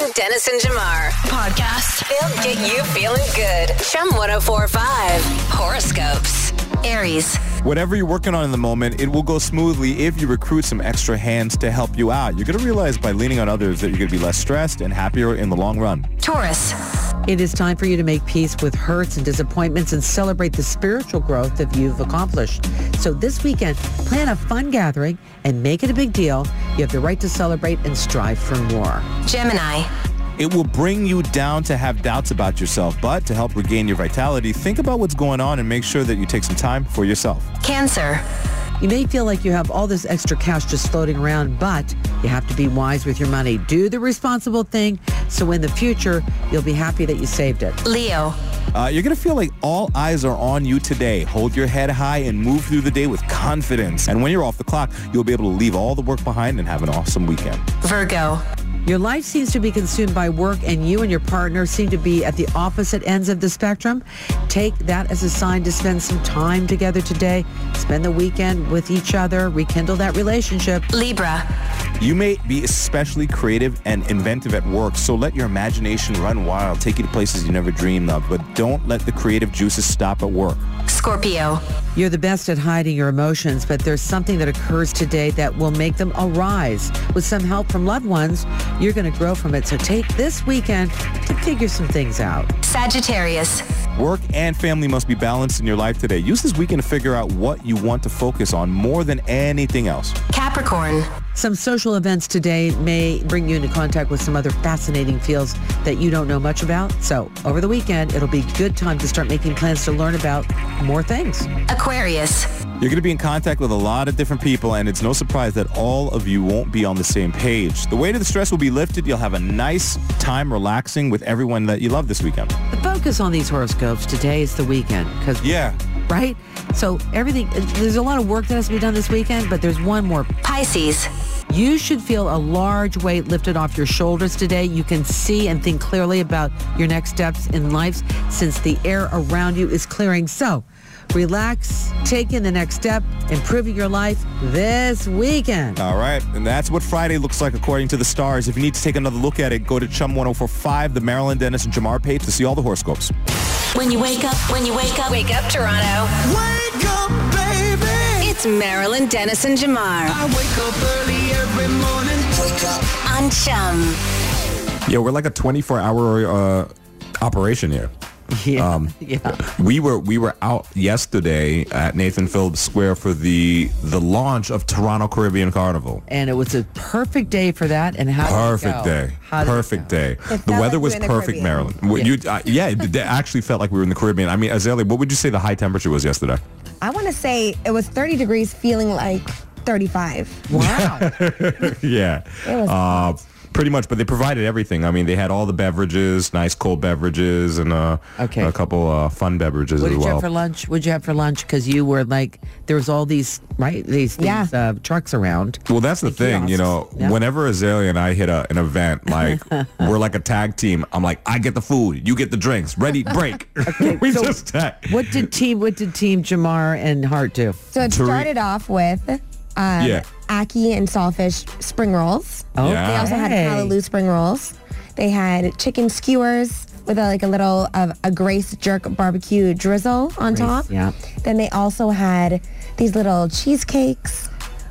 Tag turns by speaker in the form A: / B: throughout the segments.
A: and Dennis and Jamar.
B: Podcast.
A: They'll get you feeling good. Chum 1045 Horoscopes. Aries.
C: Whatever you're working on in the moment, it will go smoothly if you recruit some extra hands to help you out. You're going to realize by leaning on others that you're going to be less stressed and happier in the long run.
A: Taurus.
D: It is time for you to make peace with hurts and disappointments and celebrate the spiritual growth that you've accomplished. So this weekend, plan a fun gathering and make it a big deal. You have the right to celebrate and strive for more.
A: Gemini.
C: It will bring you down to have doubts about yourself, but to help regain your vitality, think about what's going on and make sure that you take some time for yourself.
A: Cancer.
D: You may feel like you have all this extra cash just floating around, but you have to be wise with your money. Do the responsible thing so in the future, you'll be happy that you saved it.
A: Leo.
C: Uh, you're going to feel like all eyes are on you today. Hold your head high and move through the day with confidence. And when you're off the clock, you'll be able to leave all the work behind and have an awesome weekend.
A: Virgo.
D: Your life seems to be consumed by work and you and your partner seem to be at the opposite ends of the spectrum. Take that as a sign to spend some time together today. Spend the weekend with each other. Rekindle that relationship.
A: Libra.
C: You may be especially creative and inventive at work, so let your imagination run wild, take you to places you never dreamed of, but don't let the creative juices stop at work.
A: Scorpio.
D: You're the best at hiding your emotions, but there's something that occurs today that will make them arise. With some help from loved ones, you're going to grow from it. So take this weekend to figure some things out.
A: Sagittarius.
C: Work and family must be balanced in your life today. Use this weekend to figure out what you want to focus on more than anything else.
A: Capricorn.
D: Some social events today may bring you into contact with some other fascinating fields that you don't know much about. So over the weekend, it'll be a good time to start making plans to learn about more things.
A: Aquarius.
C: You're going to be in contact with a lot of different people, and it's no surprise that all of you won't be on the same page. The weight of the stress will be lifted. You'll have a nice time relaxing with everyone that you love this weekend.
D: The focus on these horoscopes today is the weekend because,
C: Yeah.
D: right? So everything, there's a lot of work that has to be done this weekend, but there's one more
A: Pisces.
D: You should feel a large weight lifted off your shoulders today. You can see and think clearly about your next steps in life since the air around you is clearing. So relax, taking the next step, improving your life this
E: Uh,
D: weekend.
C: All right, and that's what Friday looks like according to the stars. If you need to take another look at it, go to Chum1045, the Maryland Dennis and Jamar page to see all the horoscopes.
B: When you wake up, when you wake up,
A: Wake up, Toronto.
F: Wake up, baby.
A: It's Marilyn Dennis and Jamar
F: I wake up early every morning. Wake up.
A: on Chum.
E: Yo, we're like a 24 hour uh, operation here.
D: Yeah.
E: um,
D: yeah.
E: We were we were out yesterday at Nathan Phillips Square for the the launch of Toronto Caribbean Carnival.
D: And it was a perfect day for that. And how did it
E: Perfect
D: go?
E: day.
D: How did it
E: Perfect
D: go?
E: day. The
G: felt like
E: weather
G: we
E: was
G: were in the
E: perfect,
G: Caribbean.
E: Maryland. Well, You, uh, yeah, it, it actually felt like we were in the Caribbean. I mean, Azalea, what would you say the high temperature was yesterday?
G: I want to say it was 30 degrees, feeling like 35.
D: Wow.
E: yeah. Uh, pretty much, but they provided everything. I mean, they had all the beverages, nice cold beverages, and uh,
D: Okay.
E: a couple uh, fun beverages
D: What
E: as
D: did you
E: well.
D: have for lunch? What did you have for lunch? Because you were like, there was all these, right? These, these
G: Yeah.
D: uh, trucks around.
E: Well, that's the thing, you know.
D: Yeah.
E: Whenever Azalea and I hit a, an event, like we're like a tag team. I'm like, I get the food, you get the drinks. Ready, break. we
D: so
E: just tag.
D: What did team? What did team Jamar and Hart do?
G: So it
E: Tari-
G: started off with um,
E: Yeah.
G: Aki and Sawfish spring rolls.
D: Oh,
E: Yeah.
G: They also had Callaloo spring rolls. They had chicken skewers with a, like a little of a Grace jerk barbecue drizzle on top.
D: yeah.
G: Then they also had these little cheesecakes.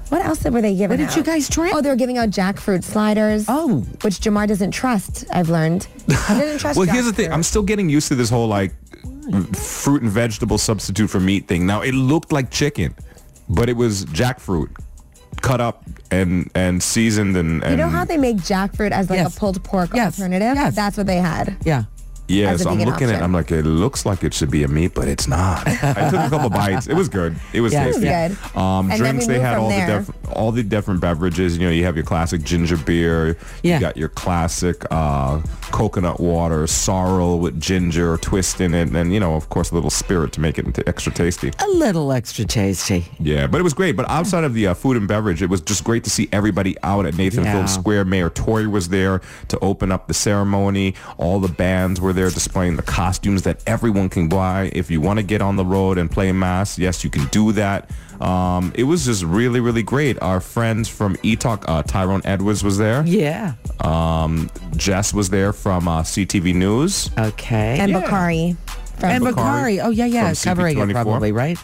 G: What else were they giving?
D: What did you
G: out?
D: guys try?
G: Oh, they were giving out jackfruit sliders.
D: Oh.
G: which Jamar doesn't trust. I've learned. He doesn't trust.
E: Well, here's the thing.
G: jackfruit.
E: I'm still getting used to this whole like fruit and vegetable substitute for meat thing. Now it looked like chicken, but it was jackfruit, cut up and and seasoned and, and
G: You know how they make jackfruit as like
D: Yes.
G: a pulled pork
D: Yes.
G: alternative?
D: Yes.
G: That's what they had.
D: Yeah.
E: yeah.
G: as a
E: So I'm
G: vegan
E: looking at. it,
G: option.
E: I'm like, it looks like it should be a meat, but it's not. I took a couple bites. It was good. It was
D: Yeah. It
G: It was
E: tasty.
G: good.
E: Um,
G: And then
E: drinks
G: we
E: they
G: moved
E: had
G: from
E: all
G: there.
E: the def- all the different beverages. You know, you have your classic ginger beer.
D: Yeah.
E: You got your classic uh, coconut water, sorrel with ginger, twist in it, and you know, of course, a little spirit to make it into extra tasty.
D: A little extra tasty.
E: Yeah, but it was great. But outside of the uh, food and beverage, it was just great to see everybody out at Nathan
D: Yeah.
E: Phillips Square. Mayor Tory was there to open up the ceremony. All the bands were there displaying the costumes that everyone can buy. If you want to get on the road and play mass, yes, you can do that. Um, it was just really, really great. Our friends from E-Talk, uh, Tyrone Edwards was there.
D: Yeah.
E: Jess was there from uh, CTV News.
D: Okay.
G: And
E: Yeah.
G: Bakari. From
D: And
E: Bakari
D: Bakari. Oh, yeah, yeah.
E: from
D: Covering it
E: CP24.
D: probably, right?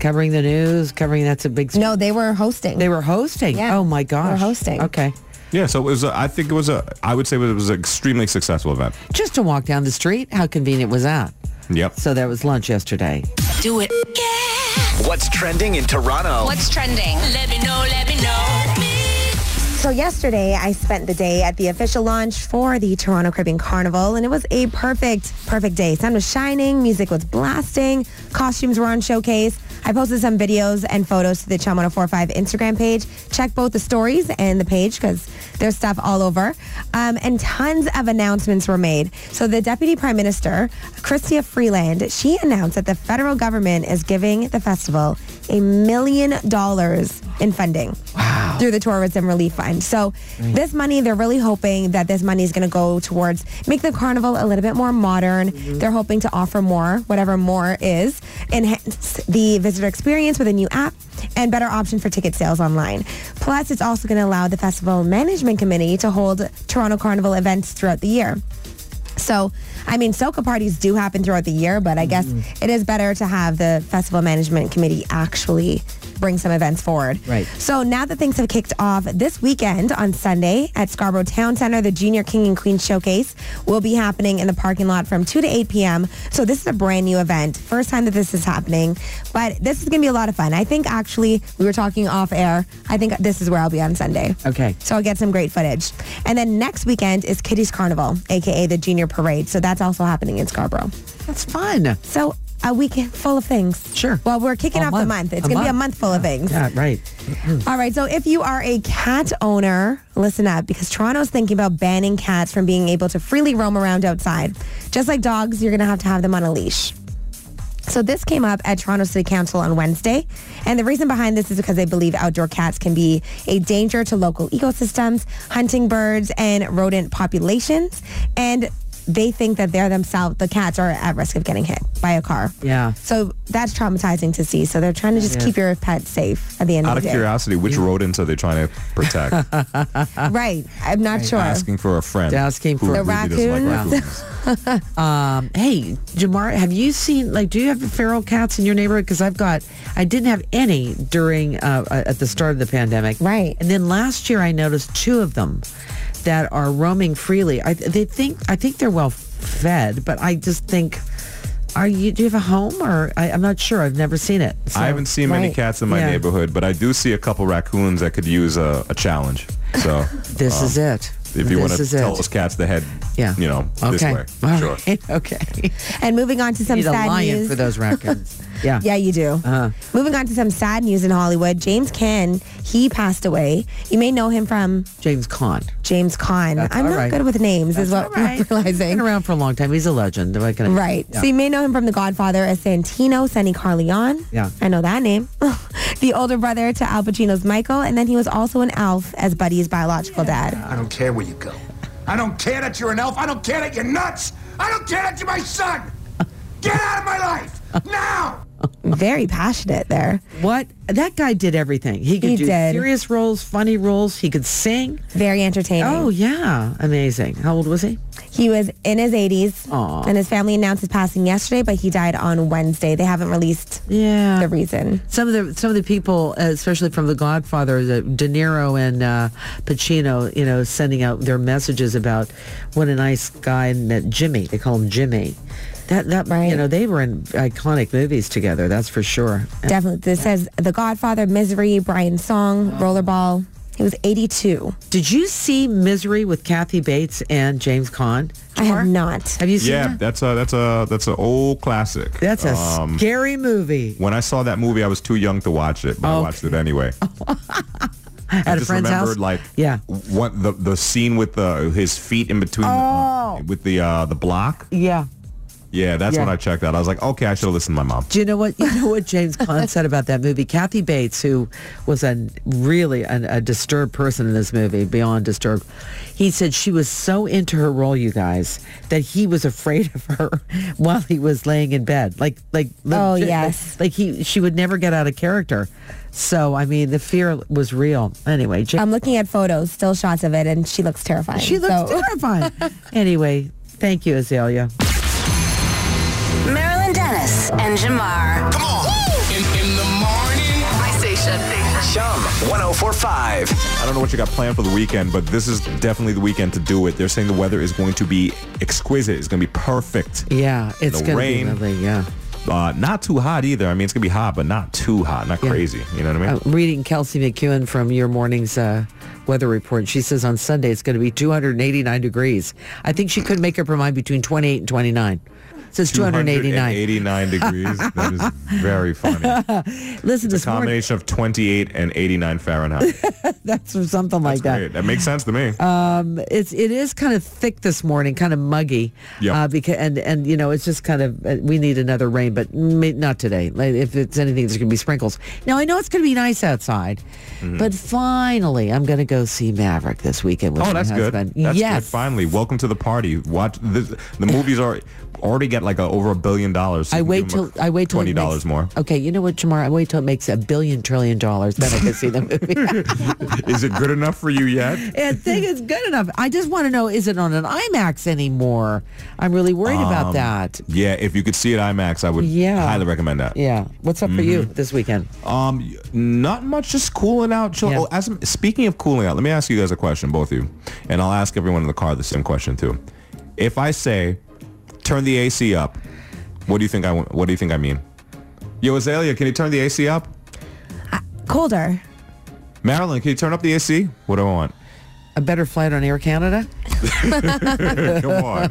D: Covering the news, covering that's a big... sp-
G: no, they were hosting.
D: They were hosting.
G: Yeah.
D: Oh, my
G: They were
D: gosh.
G: hosting.
D: Okay.
E: Yeah, so it was. A, I think it was a. I would say it was an extremely successful event.
D: Just to walk down the street, how convenient was that?
E: Yep.
D: So that was lunch yesterday.
B: Do it. Yeah.
H: What's trending in Toronto?
A: What's trending?
B: Let me know. Let me know.
G: So yesterday, I spent the day at the official launch for the Toronto Caribbean Carnival, and it was a perfect, perfect day. Sun was shining, music was blasting, costumes were on showcase. I posted some videos and photos to the oh Chum 1045 Instagram page. Check both the stories and the page because there's stuff all over. Um, and tons of announcements were made. So the Deputy Prime Minister, Chrystia Freeland, she announced that the federal government is giving the festival a million dollars in funding through the tourism relief fund. So this money, they're really hoping that this money is going to go towards make the carnival a little bit more modern. They're hoping to offer more, whatever more is, enhance the visitor experience with a new app and better option for ticket sales online. Plus, it's also going to allow the festival management committee to hold Toronto Carnival events throughout the year. So, I mean, soca parties do happen throughout the year, but I guess it is better to have the festival management committee actually bring some events forward.
D: Right.
G: So now that things have kicked off this weekend on Sunday at Scarborough Town Center, the Junior King and Queen Showcase will be happening in the parking lot from 2 to 8 p.m. So this is a brand new event. First time that this is happening, but this is going to be a lot of fun. I think actually we were talking off air. I think this is where I'll be on Sunday.
D: Okay.
G: So I'll get some great footage. And then next weekend is Kitty's Carnival, aka the Junior Parade. So that's also happening in Scarborough.
D: That's fun.
G: So a weekend full of things.
D: Sure.
G: Well, we're kicking
D: A
G: off the
D: month.
G: month. It's
D: A
G: going to be a
D: month.
G: month full of things.
D: Yeah, right.
G: All right. So if you are a cat owner, listen up because Toronto's thinking about banning cats from being able to freely roam around outside. Just like dogs, you're going to have to have them on a leash. So this came up at Toronto City Council on Wednesday, and the reason behind this is because they believe outdoor cats can be a danger to local ecosystems, hunting birds, and rodent populations, and they think that they're themselves, the cats are at risk of getting hit by a car.
D: Yeah.
G: So that's traumatizing to see. So they're trying to just
D: is.
G: keep your pet safe at the end
E: Out
G: of
E: of
G: the day.
E: curiosity, which rodents are they trying to protect?
G: Right. I'm not sure.
E: Asking for a friend.
D: Asking
E: who
D: for- The
E: really doesn't like
G: raccoons?
E: raccoons.
D: Um, hey, Jamar, have you seen, like, do you have feral cats in your neighborhood? Because I've got, I didn't have any during, uh, uh, at the start of the pandemic.
G: Right.
D: And then last year I noticed two of them that are roaming freely. I, they think, I think they're well fed, but I just think, are you, do you have a home or, I, I'm not sure. I've never seen it. So-
E: I haven't seen many
G: Right.
E: cats in my
D: Yeah.
E: neighborhood, but I do see a couple raccoons that could use a, a challenge. So
D: This is it.
E: Um, if you
D: This
E: want to
D: is
E: tell
D: it.
E: those cats to head,
D: yeah.
E: you know,
D: okay.
E: this way.
D: All
E: Sure.
D: right. Okay.
G: And moving on to some
D: Need a
G: sad
D: lion
G: news.
D: for Uh-huh. those raccoons. Yeah.
G: Yeah, you do. Moving on to some sad news in Hollywood. James Caan, he passed away. You may know him from
D: James Caan.
G: James Caan.
D: That's
G: I'm
D: all
G: not
D: right.
G: good with names, is what
D: All right.
G: we're realizing.
D: Been around for a long time. He's a legend. What can I-
G: Right.
D: Yeah.
G: So you may know him from The Godfather as Santino, Sonny Carleon.
D: Yeah.
G: I know that name. the older brother to Al Pacino's Michael, and then he was also an elf as Buddy's biological dad.
I: I don't care where you go. I don't care that you're an elf. I don't care that you're nuts. I don't care that you're my son. Get out of my life now.
G: Very passionate there.
D: what that guy did everything. He could
G: He
D: do
G: did.
D: serious roles, funny roles. He could sing.
G: Very entertaining.
D: Oh yeah, amazing. How old was he?
G: He was in his 80s,
D: Aw.
G: and his family announced his passing yesterday, but he died on Wednesday. They haven't released
D: Yeah.
G: the reason.
D: some of the some of the people, uh, especially from The Godfather, the De Niro and uh, Pacino, you know, sending out their messages about what a nice guy and that Jimmy. They call him Jimmy. That that you
G: Right.
D: know they were in iconic movies together. That's for sure.
G: Definitely. This says The Godfather, Misery, Brian Song, Rollerball. He was 82.
D: Did you see Misery with Kathy Bates and James Caan?
G: I
D: Jamar?
G: have not.
D: Have you seen
E: Yeah,
D: that?
E: that's a that's a that's an old classic.
D: That's a
E: Um,
D: scary movie.
E: when I saw that movie, I was too young to watch it, but I
D: Okay. Oh,
E: watched it anyway.
D: At
E: I
D: a
E: just
D: friend's
E: remembered
D: house.
E: like
D: yeah,
E: what the the scene with the his feet in between the- with the uh the block.
D: yeah.
E: Yeah, that's
D: Oh. Yeah.
E: when I checked out. I was like, okay, I should have listened to my mom.
D: Do you know what you know what James Caan said about that movie? Kathy Bates, who was a really an, a disturbed person in this movie, beyond disturbed, he said she was so into her role, you guys, that he was afraid of her while he was laying in bed. Like like
G: Oh,
D: legit-
G: yes.
D: like he she would never get out of character. So I mean, the fear was real. Anyway, James,
G: I'm looking at photos, still shots of it, and she looks terrifying.
D: she looks
G: Um, So-
D: terrifying. anyway, thank you, Azalea.
A: Marilyn Dennis and Jamar.
F: Come on. In, in the morning. oh
J: My station.
H: Chum 1045.
E: I don't know what you got planned for the weekend, but this is definitely the weekend to do it. They're saying the weather is going to be exquisite. It's going to be perfect.
D: Yeah, it's
E: The
D: gonna
E: rain.
D: be lovely. Yeah.
E: Uh, not too hot either. I mean, it's going to be hot, but not too hot, not crazy. You know what I mean?
D: Uh, reading Kelsey McEwen from your morning's uh, weather report, she says on Sunday it's going to be 289 degrees. I think she could make up her mind between 28 and 29. It says 289.
E: 289 degrees. That is very funny.
D: Listen,
E: It's
D: this
E: a
D: morning,
E: combination of 28 and 89 Fahrenheit.
D: that's or something like that. Uh,
E: Great. That makes sense to me.
D: It's it is kind of thick this morning, kind of muggy.
E: Yeah.
D: Uh, because and and you know it's just kind of uh, we need another rain, but may, not today. Like, if it's anything, there's going to be sprinkles. Now I know it's going to be nice outside,
E: Mm-hmm.
D: but finally I'm going to go see Maverick this weekend with
E: oh,
D: my
E: that's good.
D: husband.
E: That's
D: yes.
E: good. Finally, welcome to the party. Watch this, the movies are already get like a, over a billion dollars. so
D: I
E: you can
D: wait
E: give 'em
D: till
E: a-
D: I wait till it
E: twenty dollars
D: makes-
E: more.
D: Okay, you know what, Jamar? I wait till it makes a billion trillion dollars, then I can see the movie.
E: Is it good enough for you yet?
D: and think it's good enough. I just want to know: is it on an IMAX anymore? I'm really worried
E: Um,
D: about that.
E: Yeah, if you could see it IMAX, I would
D: Yeah.
E: highly recommend that.
D: Yeah. What's up for you
E: mm-hmm.
D: this weekend?
E: Um, not much, just cooling out. Chill.
D: Yeah.
E: Oh, as, speaking of cooling out, let me ask you guys a question, both of you, and I'll ask everyone in the car the same question too. If I say, turn the AC up, what do you think I want- what do you think I mean? Yo, Azalea, can you turn the AC up?
G: colder.
E: Marilyn, can you turn up the AC? What do I want?
D: A better flight on Air Canada?
E: Come on.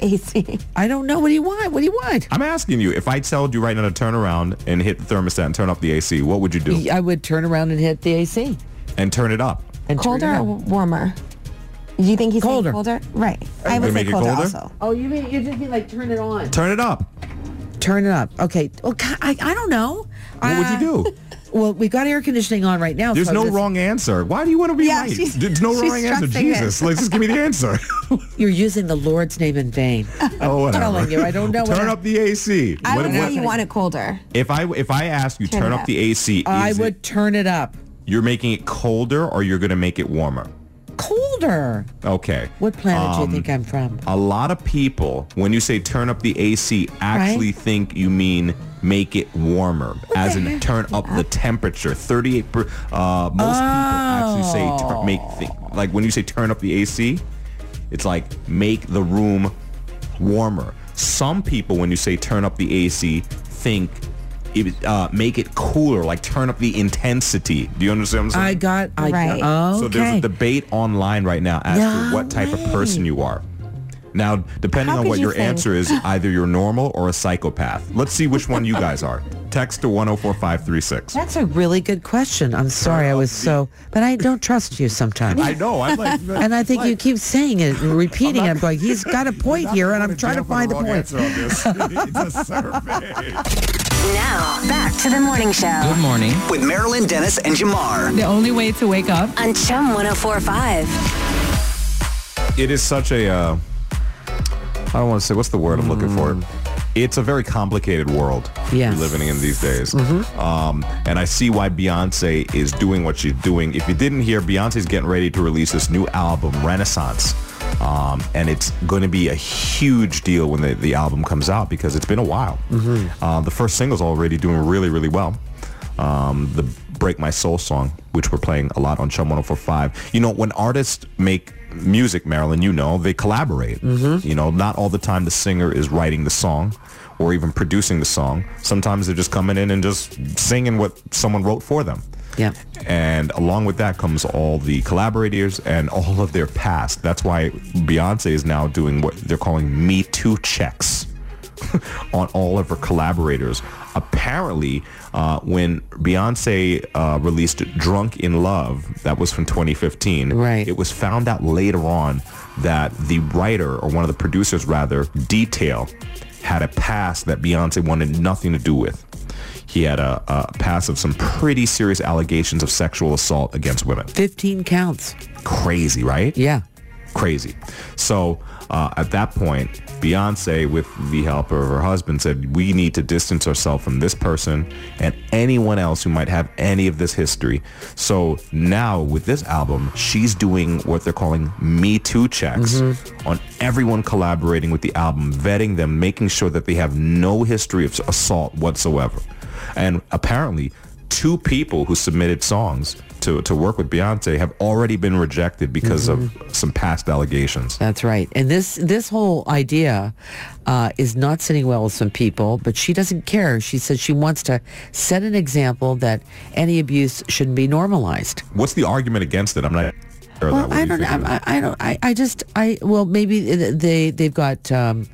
G: AC.
D: I don't know. What do you want? What do you want?
E: I'm asking you, if I told you right now to turn around and hit the thermostat and turn up the AC, what would you do?
D: I would turn around and hit the AC.
E: And turn it up.
D: And turn
G: Colder
D: it
G: or
D: up.
G: warmer? Do you think he's saying
D: Colder.
G: colder? Right. I would
E: gonna
G: say
E: make it
G: colder,
E: colder?
G: also.
D: Oh, you mean you just mean like turn it on?
E: Turn it up.
D: Turn it up. Okay. Well, ca- I, I don't know.
E: What would
D: Uh,
E: you do?
D: Well, we've got air conditioning on right now.
E: There's
D: so
E: no
D: this-
E: wrong answer. Why do you want to be
G: Yeah,
E: right?
G: she's-
E: There's no
G: she's
E: wrong answer.
G: stressing it.
E: Jesus, let's just give me the answer.
D: You're using the Lord's name in vain.
E: oh, whatever.
D: telling you, I don't know what
E: Turn
D: I-
E: up the AC.
G: I
E: What-
G: would
E: what-
G: say you want it colder.
E: if I if I ask you
G: Turn
E: turn
G: it
E: up
G: up.
E: the AC,
D: I
E: is it-
D: would turn it up.
E: you're making it colder or you're gonna make it warmer.
D: Colder.
E: Okay.
D: What planet
E: Um,
D: do you think I'm from?
E: A lot of people, when you say turn up the AC, actually think you mean make it warmer, as in turn up the temperature. 38, per, uh, most people actually say tur- make, thi- like when you say turn up the AC, it's like make the room warmer. Some people, when you say turn up the AC, think it, uh, make it cooler, like turn up the intensity. Do you understand what I'm saying?
D: I got. I
G: Right.
D: got. Okay.
E: So there's a debate online right now as
D: No
E: to what type of person you are. Now, depending
G: How
E: on
G: could
E: what
G: you
E: your
G: think?
E: answer is, either you're normal or a psychopath. Let's see which one you guys are. Text to 104536.
D: That's a really good question. I'm sorry, I was so, but I don't trust you sometimes.
E: Uh, I know. I'm like,
D: and I think you keep saying it and repeating it. Like he's got a point here, and I'm trying to find the point.
E: it's a survey.
A: Now, back to the morning show
F: morning.
H: With Marilyn Dennis and Jamar.
J: The only way to wake up.
A: on Chum 1045.
E: It is such a. Uh, I don't want to say what's the word I'm looking for. It's a very complicated world
D: Hmm. Yes.
E: we're living in these days, um, and I see why Beyonce is doing what she's doing. If you didn't hear, Beyonce's getting ready to release this new album, Renaissance, um, and it's going to be a huge deal when the, the album comes out because it's been a while. Uh, the first single's already doing really, really well um, the Break My Soul song, which we're playing a lot on Chum 1045. You know, when artists make music, Marilyn, you know, they collaborate. You know, not all the time the singer is writing the song or even producing the song. Sometimes they're just coming in and just singing what someone wrote for them.
D: Yeah.
E: And along with that comes all the collaborators and all of their past. That's why Beyonce is now doing what they're calling Me Too checks. on all of her collaborators. Apparently, uh, when Beyonce uh, released Drunk in Love, that was from 2015,
D: Right.
E: it was found out later on that the writer, or one of the producers rather, Detail, had a past that Beyonce wanted nothing to do with. He had a, a past of some pretty serious allegations of sexual assault against women.
D: 15 counts.
E: Crazy, right?
D: Yeah.
E: crazy. So uh, at that point, Beyonce, with the help of her husband, said, we need to distance ourselves from this person and anyone else who might have any of this history. So now with this album, she's doing what they're calling Me Too checks on everyone collaborating with the album, vetting them, making sure that they have no history of assault whatsoever. And apparently, two people who submitted songs to, to work with Beyonce have already been rejected because
D: Mm-hmm.
E: of some past allegations.
D: That's right. And this this whole idea uh, is not sitting well with some people, but she doesn't care. She says she wants to set an example that any abuse shouldn't be normalized.
E: What's the argument against it? I'm not sure of that.
D: Well,
E: What do
D: I
E: you
D: don't.
E: think of
D: I,
E: that?
D: I don't. I, I just. I well, maybe they they've got um,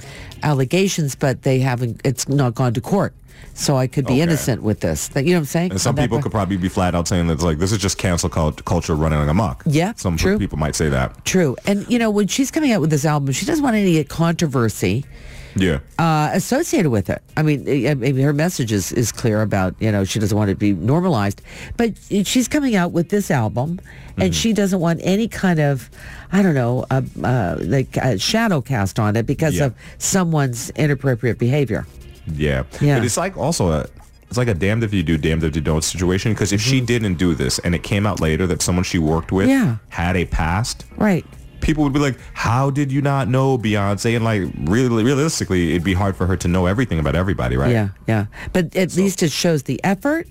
D: allegations, but they haven't. It's not gone to court, so I could be
E: Okay.
D: innocent with this. That you know what I'm saying?
E: And some
D: That-
E: people could probably be flat out saying that it's like this is just cancel cult- culture running amok.
D: Yeah,
E: some
D: true.
E: people might say that.
D: True, and you know when she's coming out with this album, she doesn't want any controversy.
E: Yeah,
D: uh, associated with it. I mean, I I mean, her message is, is clear about, you know, she doesn't want it to be normalized. But she's coming out with this album, and she doesn't want any kind of, I don't know, uh, uh, like a shadow cast on it because
E: Yeah.
D: of someone's inappropriate behavior.
E: yeah,
D: Yeah.
E: But it's like also a. It's like a damned if you do, damned if you don't situation. Because if she didn't do this and it came out later that someone she worked with
D: Mm-hmm. Yeah.
E: had a past,
D: Right.
E: people would be like, "How did you not know Beyonce?" And like, really, realistically, it'd be hard for her to know everything about everybody, right?
D: Yeah, yeah. But at least it shows the effort.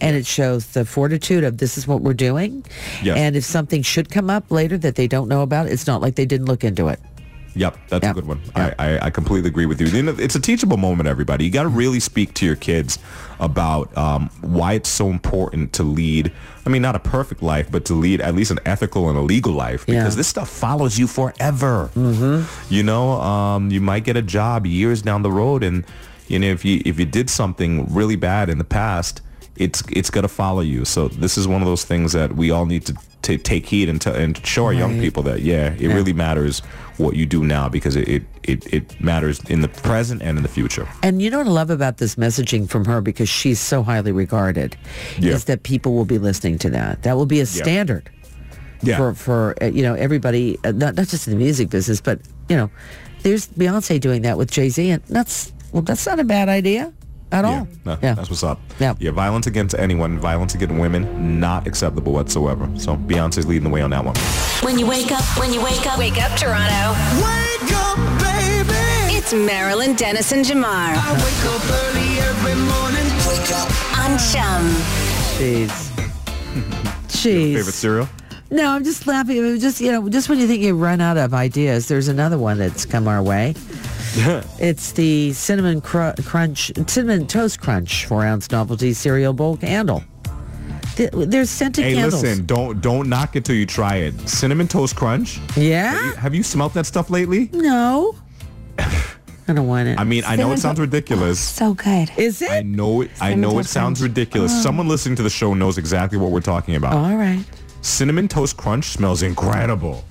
D: And it shows the fortitude of this is what we're doing.
E: Yes.
D: And if something should come up later that they don't know about, it's not like they didn't look into it.
E: Yep, that's
D: Yeah.
E: a good one.
D: Yeah.
E: I, I, I completely agree with you. You know, It's a teachable moment, everybody. You got to really speak to your kids about um, why it's so important to lead. I mean, not a perfect life, but to lead at least an ethical and a legal life because
D: Yeah.
E: this stuff follows you forever. Mm-hmm. You know, um, you might get a job years down the road, and you know if you if you did something really bad in the past, it's it's gonna follow you. So this is one of those things that we all need to. To take heed and, tell and show our young people that yeah, it really matters what you do now because it, it, it, it matters in the present and in the future.
D: And you know what I love about this messaging from her because she's so highly regarded
E: Yeah.
D: is that people will be listening to that. That will be a standard
E: Yeah,
D: for for uh, you know everybody uh, not not just in the music business but you know there's Beyonce doing that with Jay-Z and that's well that's not a bad idea at
E: yeah.
D: all.
E: No,
D: yeah.
E: that's what's up.
D: Yeah.
E: yeah, violence against anyone, violence against women, not acceptable whatsoever. So Beyonce's leading the way on that one.
B: When you wake up, when you wake up,
A: Wake up, Toronto.
F: Wake up, baby.
A: It's Marilyn Dennis and Jamar
F: I wake up early every morning. Wake up.
A: on Chum.
D: Jeez. Jeez.
E: Favorite cereal?
D: No, I'm just laughing. It was just you know, just when you think you run out of ideas, there's another one that's come our way. it's the cinnamon cru- crunch, cinnamon toast crunch, four ounce novelty cereal bowl candle. Th- There's scented
E: Hey,
D: candles.
E: listen, don't don't knock it till you try it. Cinnamon toast crunch.
D: Yeah?
E: Have you smelt that stuff lately?
D: No. I don't want it.
E: I mean, I know it sounds ridiculous.
G: So good.
D: Is
E: I
D: it?
E: know it. I know it
G: Toast
E: sounds
G: Crunch. Oh.
E: ridiculous. Someone listening to the show knows exactly what we're talking about.
D: All right.
E: Cinnamon toast crunch smells incredible.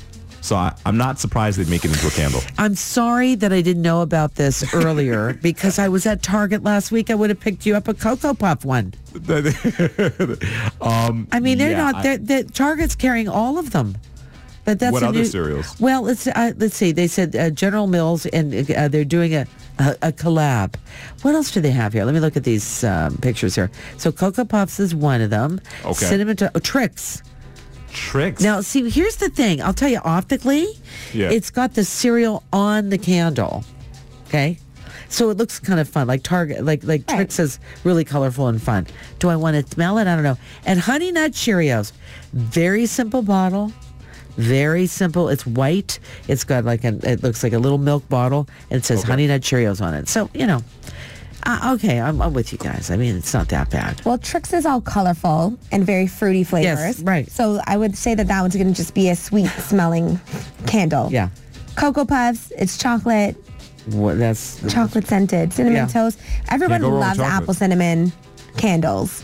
E: So I, I'm not surprised they'd make it into a candle.
D: I'm sorry that I didn't know about this earlier because I was at Target last week. I would have picked you up a Cocoa Puff one.
G: Uh,
D: I mean, they're
E: Yeah,
D: not.
E: I-
D: They're, they're, Target's carrying all of them. But that's
E: What
D: a
E: other
D: new-
E: cereals?
D: Well, let's uh, let's see. They said uh, General Mills, and uh, they're doing a, a a collab. What else do they have here? Let me look at these um, pictures here. So Cocoa Puffs is one of them.
E: Okay.
D: Cinnamon to- oh, Tricks.
E: Tricks.
D: Now, see, here's the thing. I'll tell you optically,
E: Yeah.
D: it's got the cereal on the candle. Okay. So it looks kind of fun, like Target, like like Trix is really colorful and fun. Do I want to smell it? I don't know. And Honey Nut Cheerios, very simple bottle, very simple. It's white. It's got like an, it looks like a little milk bottle, and it says Honey Nut Cheerios on it. So you know, uh, okay, I'm, I'm with you guys. I mean, it's not that bad.
G: Well, Trix is all colorful and very fruity flavors.
D: right.
G: So I would say that that one's going to just be a sweet smelling candle.
D: Yeah.
G: Cocoa Puffs, it's chocolate.
D: What, that's
G: Chocolate scented, cinnamon
D: Yeah.
G: toast. Everyone
E: go wrong with
G: loves
E: chocolate.
G: apple cinnamon candles.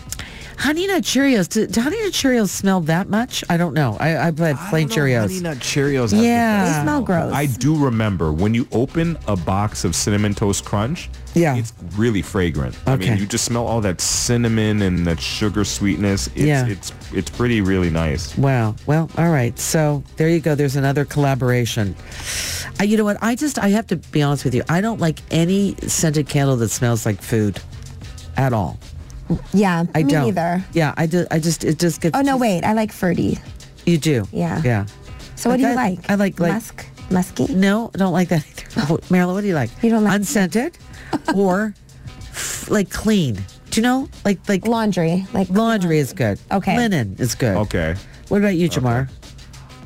D: Honey Nut Cheerios. Do, do Honey Nut Cheerios smell that much? I don't know. I, I've had plain
E: Honey
D: Cheerios.
E: Nut Cheerios.
D: the Yeah. best
G: They smell gross.
E: I do remember when you open a box of Cinnamon Toast Crunch,
D: Yeah.
E: it's really fragrant. I mean,
D: Okay.
E: you just smell all that cinnamon and that sugar sweetness. It's,
D: Yeah.
E: It's, it's pretty, really nice.
D: Wow. Well, all right. So there you go. There's another collaboration. Uh, you know what? I just, I have to be honest with you. I don't like any scented candle that smells like food at all.
G: Yeah,
D: I
G: me
D: don't.
G: neither.
D: Yeah, I, do, I just, it just gets.
G: Oh no, wait. I like fruity.
D: You do?
G: Yeah.
D: Yeah.
G: So what do you
D: I-
G: like?
D: I like, like-
G: musk, musky.
D: No, I don't like that either. Oh, Marilyn, what do you like?
G: You don't like-
D: Unscented or f- like clean. Do you know? Like, like
G: Laundry, like
D: laundry is good.
G: Okay.
D: Linen is good.
E: Okay.
D: What about you, Jamar?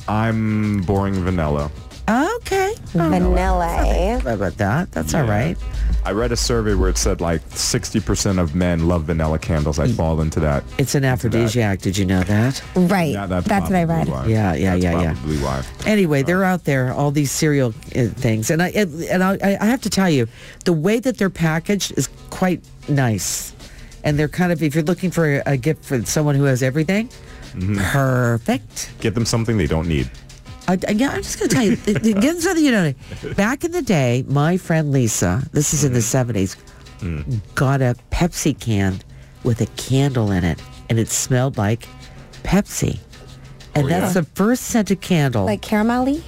E: I'm boring vanilla.
D: Okay.
G: vanilla. eh?
D: How Oh, about that? That's all
E: Yeah.
D: right.
E: I read a survey where it said like 60% of men love vanilla candles. I fall into that.
D: Mm. It's an aphrodisiac. Did you know that?
G: Right.
E: Yeah, that's,
G: that's what I read.
E: probably why.
D: Yeah, yeah,
E: That's
D: yeah, yeah.
E: Probably why.
D: Anyway, they're out there, all these cereal uh, things, and I and and I, I have to tell you, the way that they're packaged is quite nice, and they're kind of if you're looking for a, a gift for someone who has everything,
E: Mm-hmm.
D: perfect.
E: Get them something they don't need.
D: I, I- yeah, I'm just going to tell you, th- th- give them something you don't need. Back in the day, my friend Lisa, this is in the 70s, got a Pepsi can with a candle in it, and it smelled like Pepsi. And that's the first scented candle.
G: Like caramelly.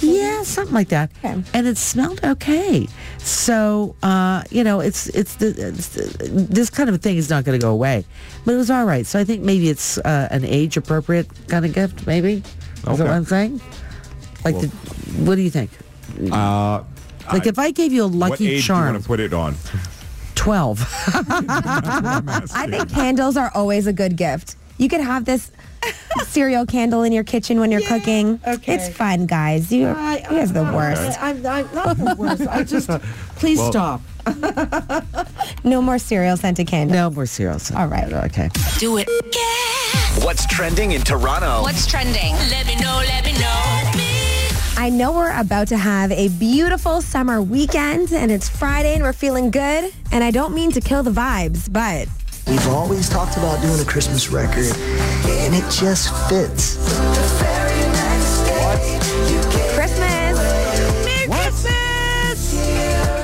D: yeah, something like that.
G: Okay.
D: And it smelled okay. So, uh, you know, it's, it's, the, it's the- this kind of thing is not going to go away. But it was all right. So I think maybe it's uh, an age appropriate kind of gift, maybe. Is that
E: Okay.
D: what I'm saying? Like, the, what do you think? Uh, like, if I gave you a
E: what
D: lucky
E: age do you
D: charm,
E: want to put it on?
D: 12.
G: I think candles are always a good gift. You could have this cereal candle in your kitchen when you're cooking.
D: Okay.
G: It's fun, guys. You, you guys are the worst.
D: I'm, I'm not the worst. I just, please stop.
G: No more cereal scented candles.
D: No more cereals.
G: All right.
D: Okay.
B: Do it. Yeah.
H: What's trending in Toronto?
A: What's trending?
B: Let me know, let me know.
G: I know we're about to have a beautiful summer weekend, and it's Friday, and we're feeling good. And I don't mean to kill the vibes, but
J: We've always talked about doing a Christmas record, and it just fits.
G: Christmas.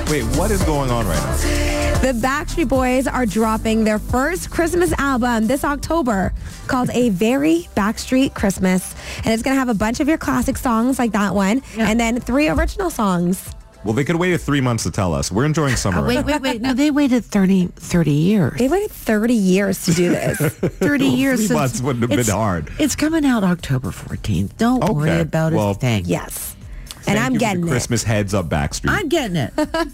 E: Wait, what is going on right now?
G: The Backstreet Boys are dropping their first Christmas album this October called A Very Backstreet Christmas. And it's going to have a bunch of your classic songs like that one and then three original songs.
E: Well, they could wait three months to tell us. We're enjoying summer. right
D: Wait, wait, wait. No, they waited 30, 30 years.
G: They waited 30 years to do this.
D: 30 years.
E: three
D: since-
E: months wouldn't have been
D: it's-
E: hard.
D: It's coming out October 14th. Don't worry
E: Okay.
D: about
E: Well,
D: a thing.
G: yes.
E: now.
G: And
E: Thank
G: I'm
E: you for the
G: getting it.
E: Christmas heads up, Backstreet.
D: I'm getting it.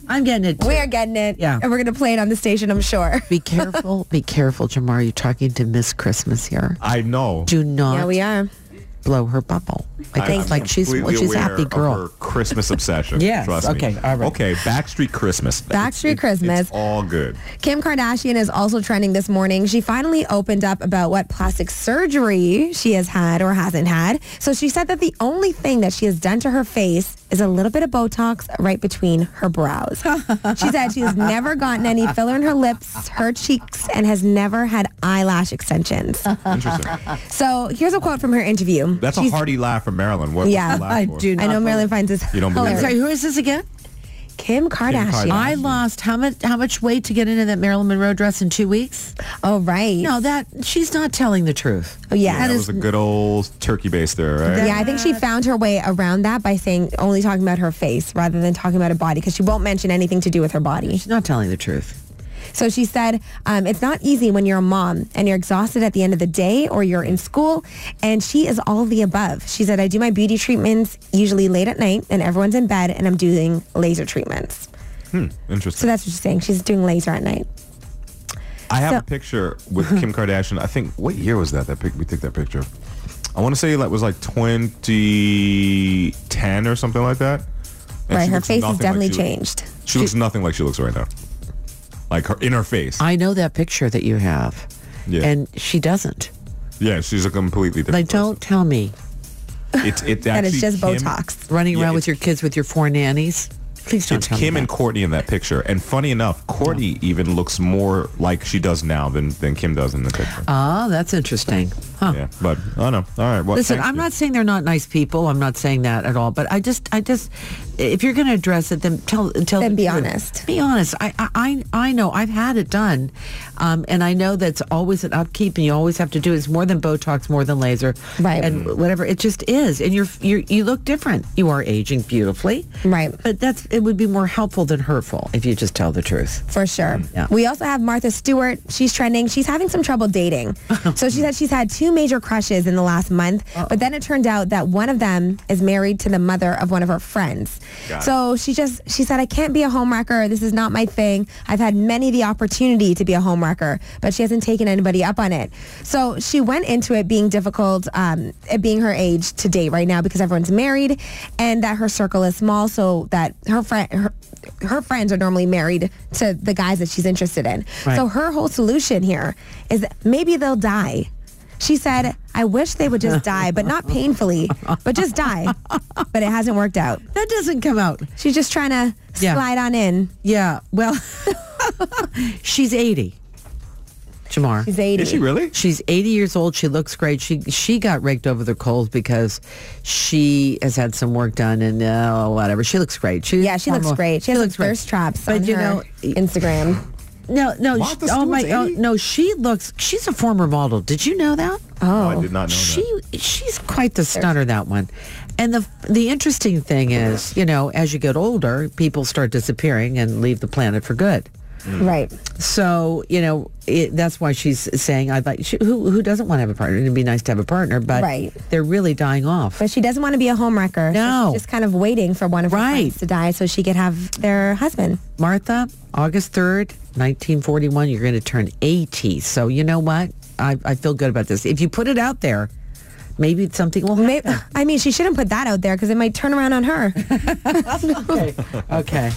D: I'm getting it.
G: We are getting it.
D: Yeah.
G: And we're going to play it on the station, I'm sure.
D: Be careful. be careful, Jamar. You're talking to Miss Christmas here.
E: I know.
D: Do not
G: Yeah, we are.
D: blow her bubble. I
E: I'm
D: think like she's
E: completely
D: she's
E: aware
D: a happy
E: of her
D: girl.
E: Christmas obsession.
D: Yes,
E: Trust me.
D: okay, all right.
E: Okay. Backstreet Christmas. It's-
G: Backstreet
E: it's-
G: Christmas.
E: It's all good.
G: Kim Kardashian is also trending this morning. She finally opened up about what plastic surgery she has had or hasn't had. So she said that the only thing that she has done to her face is a little bit of Botox right between her brows. she said she has never gotten any filler in her lips, her cheeks, and has never had eyelash extensions.
E: Interesting.
G: So here's a quote from her interview.
E: That's a hearty laugh from Marilyn. What
G: Yeah.
E: was the laugh
D: I
E: for?
D: do not.
G: I know Marilyn finds this
E: You don't believe
G: hilarious.
E: it?
D: Sorry, who is this again?
G: Kim Kardashian.
E: Kardashian.
D: I lost how much how much weight to get into that Marilyn Monroe dress in two weeks?
G: Oh, right.
D: No, that she's not telling the truth.
G: Oh, yeah.
E: Yeah, that was a good old turkey base there, right?
G: Yeah, I think she found her way around that by saying only talking about her face rather than talking about a body because she won't mention anything to do with her body.
D: She's not telling the truth.
G: So she said, um, it's not easy when you're a mom and you're exhausted at the end of the day or you're in school. And she is all of the above. She said, I do my beauty treatments usually late at night and everyone's in bed and I'm doing laser treatments.
E: Interesting.
G: So that's what she's saying. She's doing laser at night.
E: I have
G: So-
E: a picture with Kim Kardashian. I think what year was that? That pic we took that picture. I want to say that was like 2010 or something like that. And
G: right.
E: she
G: Her
E: looks
G: face has
E: nothing like
G: definitely
E: she-
G: changed.
E: She looks nothing like she looks right now. Like her in her face.
D: I know that picture that you have.
E: Yeah.
D: And she doesn't.
E: yeah, she's a completely different.
D: Like, don't tell me
E: person. It's it's
G: And it's
E: actually
G: just
E: Kim-
G: Botox.
D: running
E: Yeah,
D: around
E: it's-
D: with your kids with your four nannies. Please don't
E: it's
D: tell
E: Kim
D: me.
E: and
D: that.
E: Courtney in that picture. And funny enough, Courtney even looks more like she does now than, than Kim does in the picture.
D: Ah, that's interesting. Huh.
E: yeah, but I don't know. All right. Well,
D: Listen,
E: thanks,
D: I'm
E: dude.
D: not saying they're not nice people. I'm not saying that at all. But I just, I just, if you're going to address it, then tell, tell.
G: Then
D: the
G: be
D: truth.
G: honest.
D: Be honest. I, I, I I know I've had it done, um, and I know that's always an upkeep, and you always have to do. it. It's more than Botox, more than laser,
G: Right.
D: And whatever. It just is, and you're, you're, you look different. You are aging beautifully,
G: Right.
D: But that's it would be more helpful than hurtful if you just tell the truth.
G: For sure.
D: Yeah.
G: We also have Martha Stewart. She's trending. She's having some trouble dating. so she said she's had two major crushes in the last month, but then it turned out that one of them is married to the mother of one of her friends. So she just she said I can't be a homewrecker. This is not my thing. I've had many the opportunity to be a homewrecker, but she hasn't taken anybody up on it. So she went into it being difficult, um, it being her age to date right now because everyone's married and that her circle is small so that her friend her her friends are normally married to the guys that she's interested in.
D: Right.
G: So her whole solution here is that maybe they'll die. She said, I wish they would just die, but not painfully, but just die. But it hasn't worked out.
D: That doesn't come out.
G: She's just trying to
D: Yeah.
G: slide on in.
D: Yeah. Well, she's 80. Jamar.
G: She's 80.
E: Is she really?
D: She's 80 years old. She looks great. She she got raked over the coals because she has had some work done and uh, whatever. She looks great. She
G: Yeah, she looks great. She has
D: looks
G: looks
D: great.
G: thirst traps
D: But
G: on
D: you
G: her
D: know-
G: Instagram.
D: No, no.
E: Martha
D: she- oh my,
E: Stewart's
D: oh,
E: 80?
D: no. She looks. She's a former model. Did you know that?
G: Oh.
E: No, I did not know
D: she
E: that.
D: she's quite the stunner that one and the the interesting thing is you know as you get older people start disappearing and leave the planet for good
G: Right.
D: so you know it, that's why she's saying i'd like she, who, who doesn't want to have a partner it'd be nice to have a partner but
G: Right.
D: they're really dying off
G: But she doesn't want to be a homewrecker.
D: No.
G: So she's just kind of waiting for one of her
D: Right.
G: friends to die so she could have their husband.
D: martha august 3rd 1941 you're going to turn 80 so you know what I, I feel good about this if you put it out there maybe something will
G: May-
D: happen
G: I mean, she shouldn't put that out there because it might turn around on her.
D: okay okay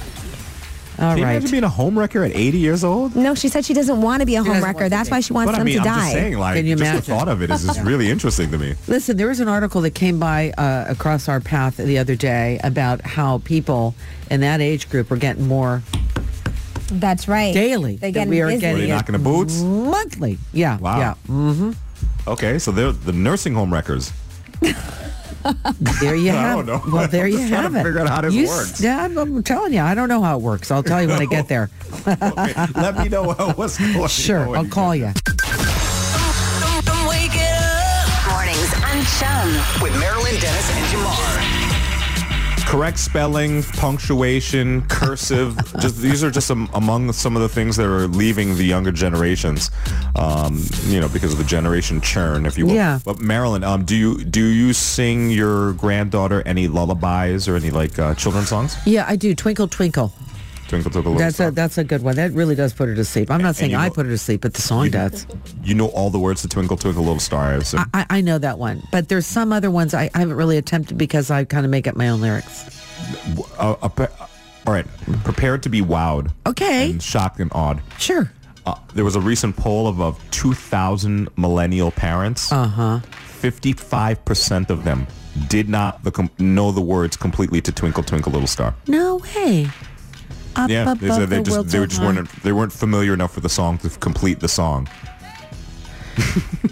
D: all
E: Can you
D: right
E: imagine being a homewrecker at 80 years old?
G: No, she said she doesn't want to be a
D: doesn't want
G: homewrecker.
D: to
G: That's
D: be.
G: why she wants
E: but I
G: them
E: mean,
G: to
E: I'm
G: die.
E: just saying, like,
D: Can you
E: just
D: imagine?
E: the thought of it is just really interesting to me.
D: Listen, there was an article that came by uh, across our path the other day about how people in that age group are getting more
G: That's right.
D: daily.
G: They're
D: than
G: getting
D: we are
G: busy.
E: Were
D: getting
E: they
D: it
E: knocking the boots?
D: monthly. Yeah.
E: Wow.
D: Yeah.
E: Okay, so they're the nursing home wreckers.
D: There you
E: I
D: have.
E: don't know.
D: Well, there you
E: Just trying
D: have
E: to
D: it.
E: figure out how this
D: You
E: works.
D: s- yeah, I'm, I'm telling you, I don't know how it works. I'll tell you when I get there.
E: Okay, let me know what's going on.
D: Sure, I'll call you.
B: Wake it up.
A: Mornings on Chum.
H: With Marilyn Dennis and Jamar.
E: Correct spelling, punctuation, cursive. just these are just am- among some of the things that are leaving the younger generations. Um, you know, because of the generation churn, if you will.
D: Yeah.
E: But Marilyn, um, do you do you sing your granddaughter any lullabies or any like uh, children's songs?
D: Yeah, I do. Twinkle, twinkle.
E: Twinkle Twinkle Little
D: That's a
E: Star.
D: that's a good one. That really does put her to sleep. I'm not
E: And
D: saying
E: you
D: I
E: know-
D: put her to sleep, but the song does.
E: you know all the words to Twinkle Twinkle Little Star. I assume.
D: I, I know that one, but there's some other ones I, I haven't really attempted because I kind of make up my own lyrics.
E: Uh, uh, pre- uh, all right, prepare to be wowed.
D: Okay.
E: And shocked and awed.
D: Sure.
E: Uh, there was a recent poll of, of 2,000 millennial parents. Uh huh.
G: Uh-huh.
E: 55% of them did not the com- know the words completely to Twinkle Twinkle Little Star.
D: No way. Up
E: Yeah, they
D: above
E: said they
D: the
E: just
D: world
E: they were
D: so
E: just
D: high.
E: weren't they weren't familiar enough with the song to complete the song.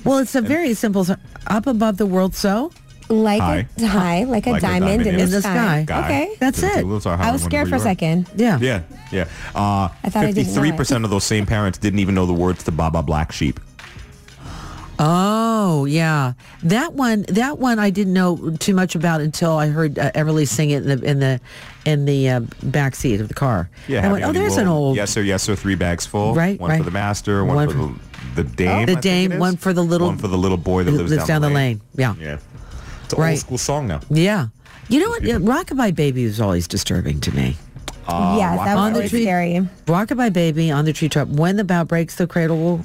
D: Well, it's a very simple. s- Up above the world, so
G: Like a
E: Hi.
G: high, like a
E: Like a
G: diamond in, the sky.
E: Guy.
G: Okay.
D: That's
E: Twinkle
D: it.
E: Twinkle Little Star, how
G: I was
E: wonder
G: scared for
E: where
G: a
E: you are.
G: second. Oh.
D: yeah.
E: Yeah, yeah. Uh,
G: I thought I didn't know it.
E: 53% of those same parents didn't even know the words to Baba Black Sheep.
D: Oh, yeah. That one. That one I didn't know too much about until I heard uh, Everly sing it in the in the in the uh, back seat of the car.
E: Yeah.
D: I
E: having
D: went, oh,
E: any
D: there's an
E: little
D: old
E: Yes sir, yes sir, three bags full.
D: Right,
E: One
D: right.
E: for the master, one,
D: One
E: for
D: for-
E: the, the dame. I
D: The
E: think it
D: dame,
E: is.
D: one for the little-
E: one for the little boy that
D: who
E: lives, down, the lane.
D: Yeah.
E: Yeah. It's an
D: Right.
E: old school song now.
D: Yeah. You know what? Yeah, Rockabye Baby was always disturbing to me.
G: yes, that
E: Rockabye
G: was
D: the
G: really
D: tree.
G: scary.
D: Rockabye Baby on the treetop. When the bough breaks the cradle, will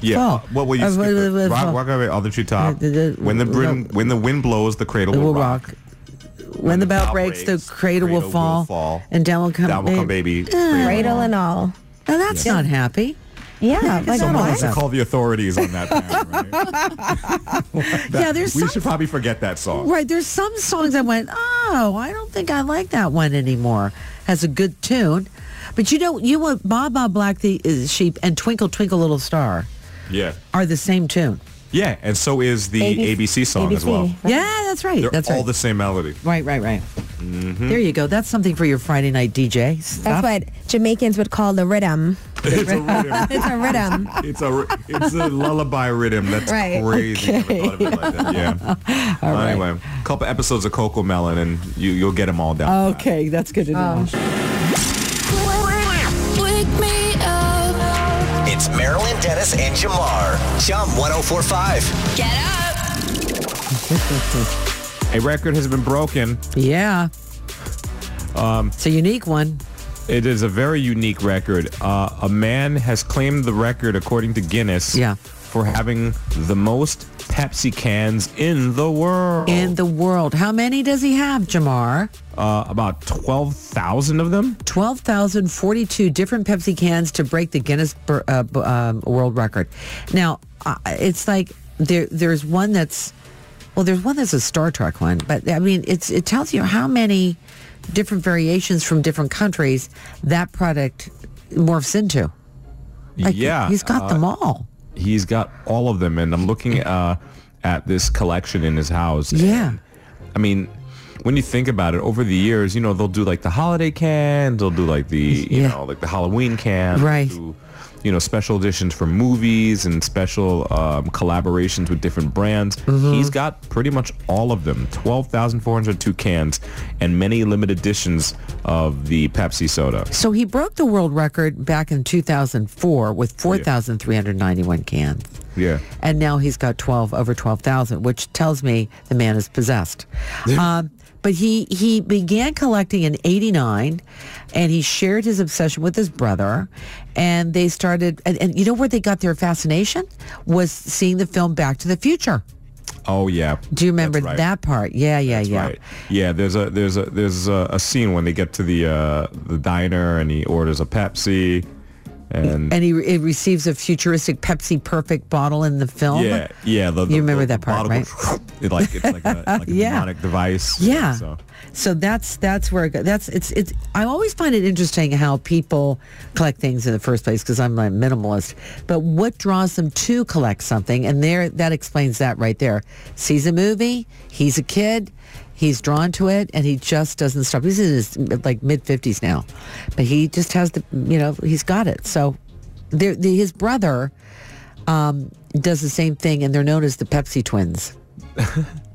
E: Yeah.
D: Fall.
E: uh, What will you
D: Uh,
E: skip?
D: w-
E: the-
D: w-
E: rock,
D: fall.
E: rock over on the treetop.
D: Uh, the- the-
E: when the brim, when the wind blows, the cradle
D: it
E: will,
D: will
E: rock.
D: rock. When the bell breaks, the cradle will fall, and down will come,
E: Down will come baby.
G: Cradle and all.
D: Now that's not happy.
G: Yeah, like
E: Someone has
G: what?
E: to call the authorities on that. band, right?
D: Yeah, there's
E: we
D: some-
E: should probably forget that song.
D: Right. There's some songs I went, oh, I don't think I like that one anymore. Has a good tune. But you know, you want Ba Ba Black the uh, Sheep and Twinkle Twinkle Little Star
E: Yeah,
D: are the same tune.
E: yeah, and so is the ABC, song as well.
G: right?
D: Yeah, that's right.
E: They're
D: that's
E: all
D: right.
E: the Mm-hmm. same melody.
D: right, right, right. There you go. That's something for your Friday night DJ.
G: That's
D: Stop.
G: what Jamaicans would call the rhythm.
E: It's a rhythm.
G: It's a rhythm.
E: It's a it's a lullaby rhythm. That's
G: Right.
E: crazy. Never thought of it like that. Yeah. Anyway, a couple episodes of Coco Melon, and you you'll get them all down.
D: Okay, that's good to know.
B: Wake me up.
H: It's Marilyn Dennis and Jamar. Chum 1045.
B: Get up.
D: Oh.
E: A record has been broken.
D: Yeah.
E: Um,
D: it's a unique one.
E: It is a very unique record. Uh, a man has claimed the record, according to Guinness,
D: Yeah.
E: for having the most Pepsi cans in the world.
D: In the world. How many does he have, Jamar?
E: uh, about 12,000 of them.
D: 12,042 different Pepsi cans to break the Guinness bur- uh, bu- um, World Record. Now, uh, it's like there there's one that's well, there's one that's a Star Trek one, but I mean, it's it tells you how many different variations from different countries that product morphs into. Like,
E: yeah.
D: he's got
E: uh,
D: them all.
E: He's got all of them. And I'm looking uh, at this collection in his house.
D: Yeah.
E: And, I mean, when you think about it, over the years, you know, they'll do like the holiday can, they'll do like the, you
D: Yeah.
E: know, like the Halloween can. they'll
D: Right.
E: do, you know, special editions for movies and special um, collaborations with different brands.
D: Mm-hmm.
E: He's got pretty much all of them, 12,402 cans and many limited editions of the Pepsi soda.
D: So he broke the world record back in 2004 with 4,391 cans.
E: Yeah.
D: and now he's got 12 over 12,000 which tells me the man is possessed um, but he he began collecting in 89 and he shared his obsession with his brother and they started and, and you know where they got their fascination was seeing the film back to the future
E: Oh, yeah.
D: do you remember
E: That's right.
D: that part yeah yeah yeah
E: Right. Yeah. There's a there's a there's a, a scene when they get to the uh, the diner and he orders a Pepsi, and,
D: and he, he receives a futuristic pepsi perfect bottle in the film
E: yeah, yeah. The, the-
D: You remember
E: the-
D: that
E: the
D: part,
E: bottle goes it like it's like a, like a
D: Yeah.
E: mnemonic device.
D: Yeah.
E: So.
D: So. that's that's where it go- that's it's it's. I always find it interesting how people collect things in the first place because I'm like minimalist. But what draws them to collect something, and there that explains that right there. Sees a movie, he's a kid, he's drawn to it, and he just doesn't stop. He's in his like mid fifties now, but he just has the you know he's got it. So, there the, his brother um, does the same thing, and they're known as the Pepsi twins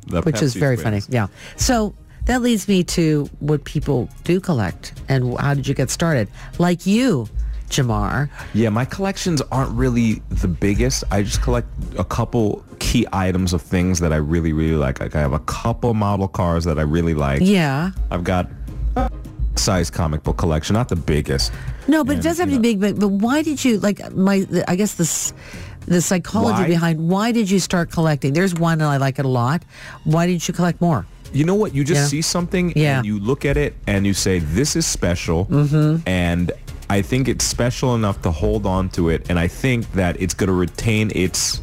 E: the
D: which is
E: Pepsi
D: very
E: twins.
D: funny. Yeah. So that leads me to what people do collect and how did you get started? Like you, Jamar.
E: Yeah, my collections aren't really the biggest. I just collect a couple key items of things that I really, really like. Like I have a couple model cars that I really like.
D: Yeah.
E: I've got a size comic book collection, not the biggest.
D: No, but
E: And,
D: it doesn't have to
E: you
D: be big. But, but why did you like my? The, I guess this. The psychology
E: Why?
D: behind why did you start collecting? There's one and I like it a lot. Why didn't you collect more?
E: you know what? You just
D: Yeah.
E: see something
D: Yeah. Mm-hmm.
E: and you look at it and you say, this is special. And I think it's special enough to hold on to it. And I think that it's going to retain its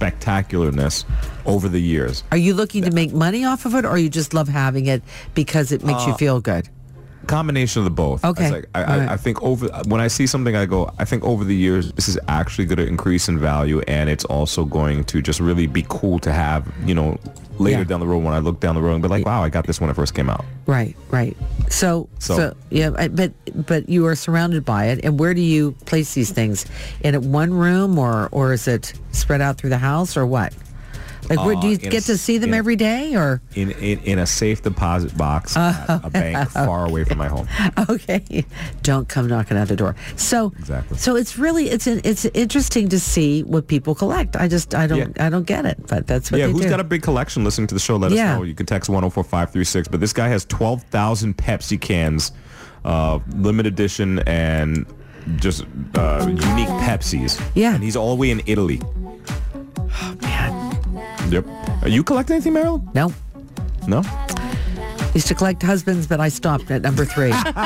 E: spectacularness over the years.
D: Are you looking to make money off of it, or you just love having it because it makes you
E: Uh,
D: feel good?
E: Combination of the both. I was
D: Okay.
E: like, I,
D: All right.
E: I, I think over when I see something, I go, I think over the years, this is actually going to increase in value. And it's also going to just really be cool to have, you know, later
D: Yeah.
E: down the road when I look down the road and be like, wow, I got this when it first came out.
D: Right, right. So, so,
E: So-
D: yeah, I- but but you are surrounded by it. And where do you place these things? In a- one room, or or is it spread out through the house, or what? Like, where, do
E: Uh,
D: you
E: in a
D: get to
E: s-
D: see them
E: in a-
D: every day, or
E: in, in, in a safe deposit box
D: Uh-huh.
E: at a bank far away from my home.
D: okay, don't come knocking at the door. So,
E: Exactly.
D: so it's really it's an, it's interesting to see what people collect. I just I don't
E: Yeah.
D: I don't get it, but that's what
E: yeah,
D: they
E: who's
D: do.
E: got a big collection listening to the show? Let
D: Yeah.
E: us know. You can text 104536. But this guy has 12,000 Pepsi cans, uh, limited edition, and just uh, unique Pepsis.
D: Yeah.
E: And he's all the way in Italy. man. Yep. Are you collecting anything, Meryl?
D: no,
E: No?
D: used to collect husbands, but I stopped at number three.
B: Wake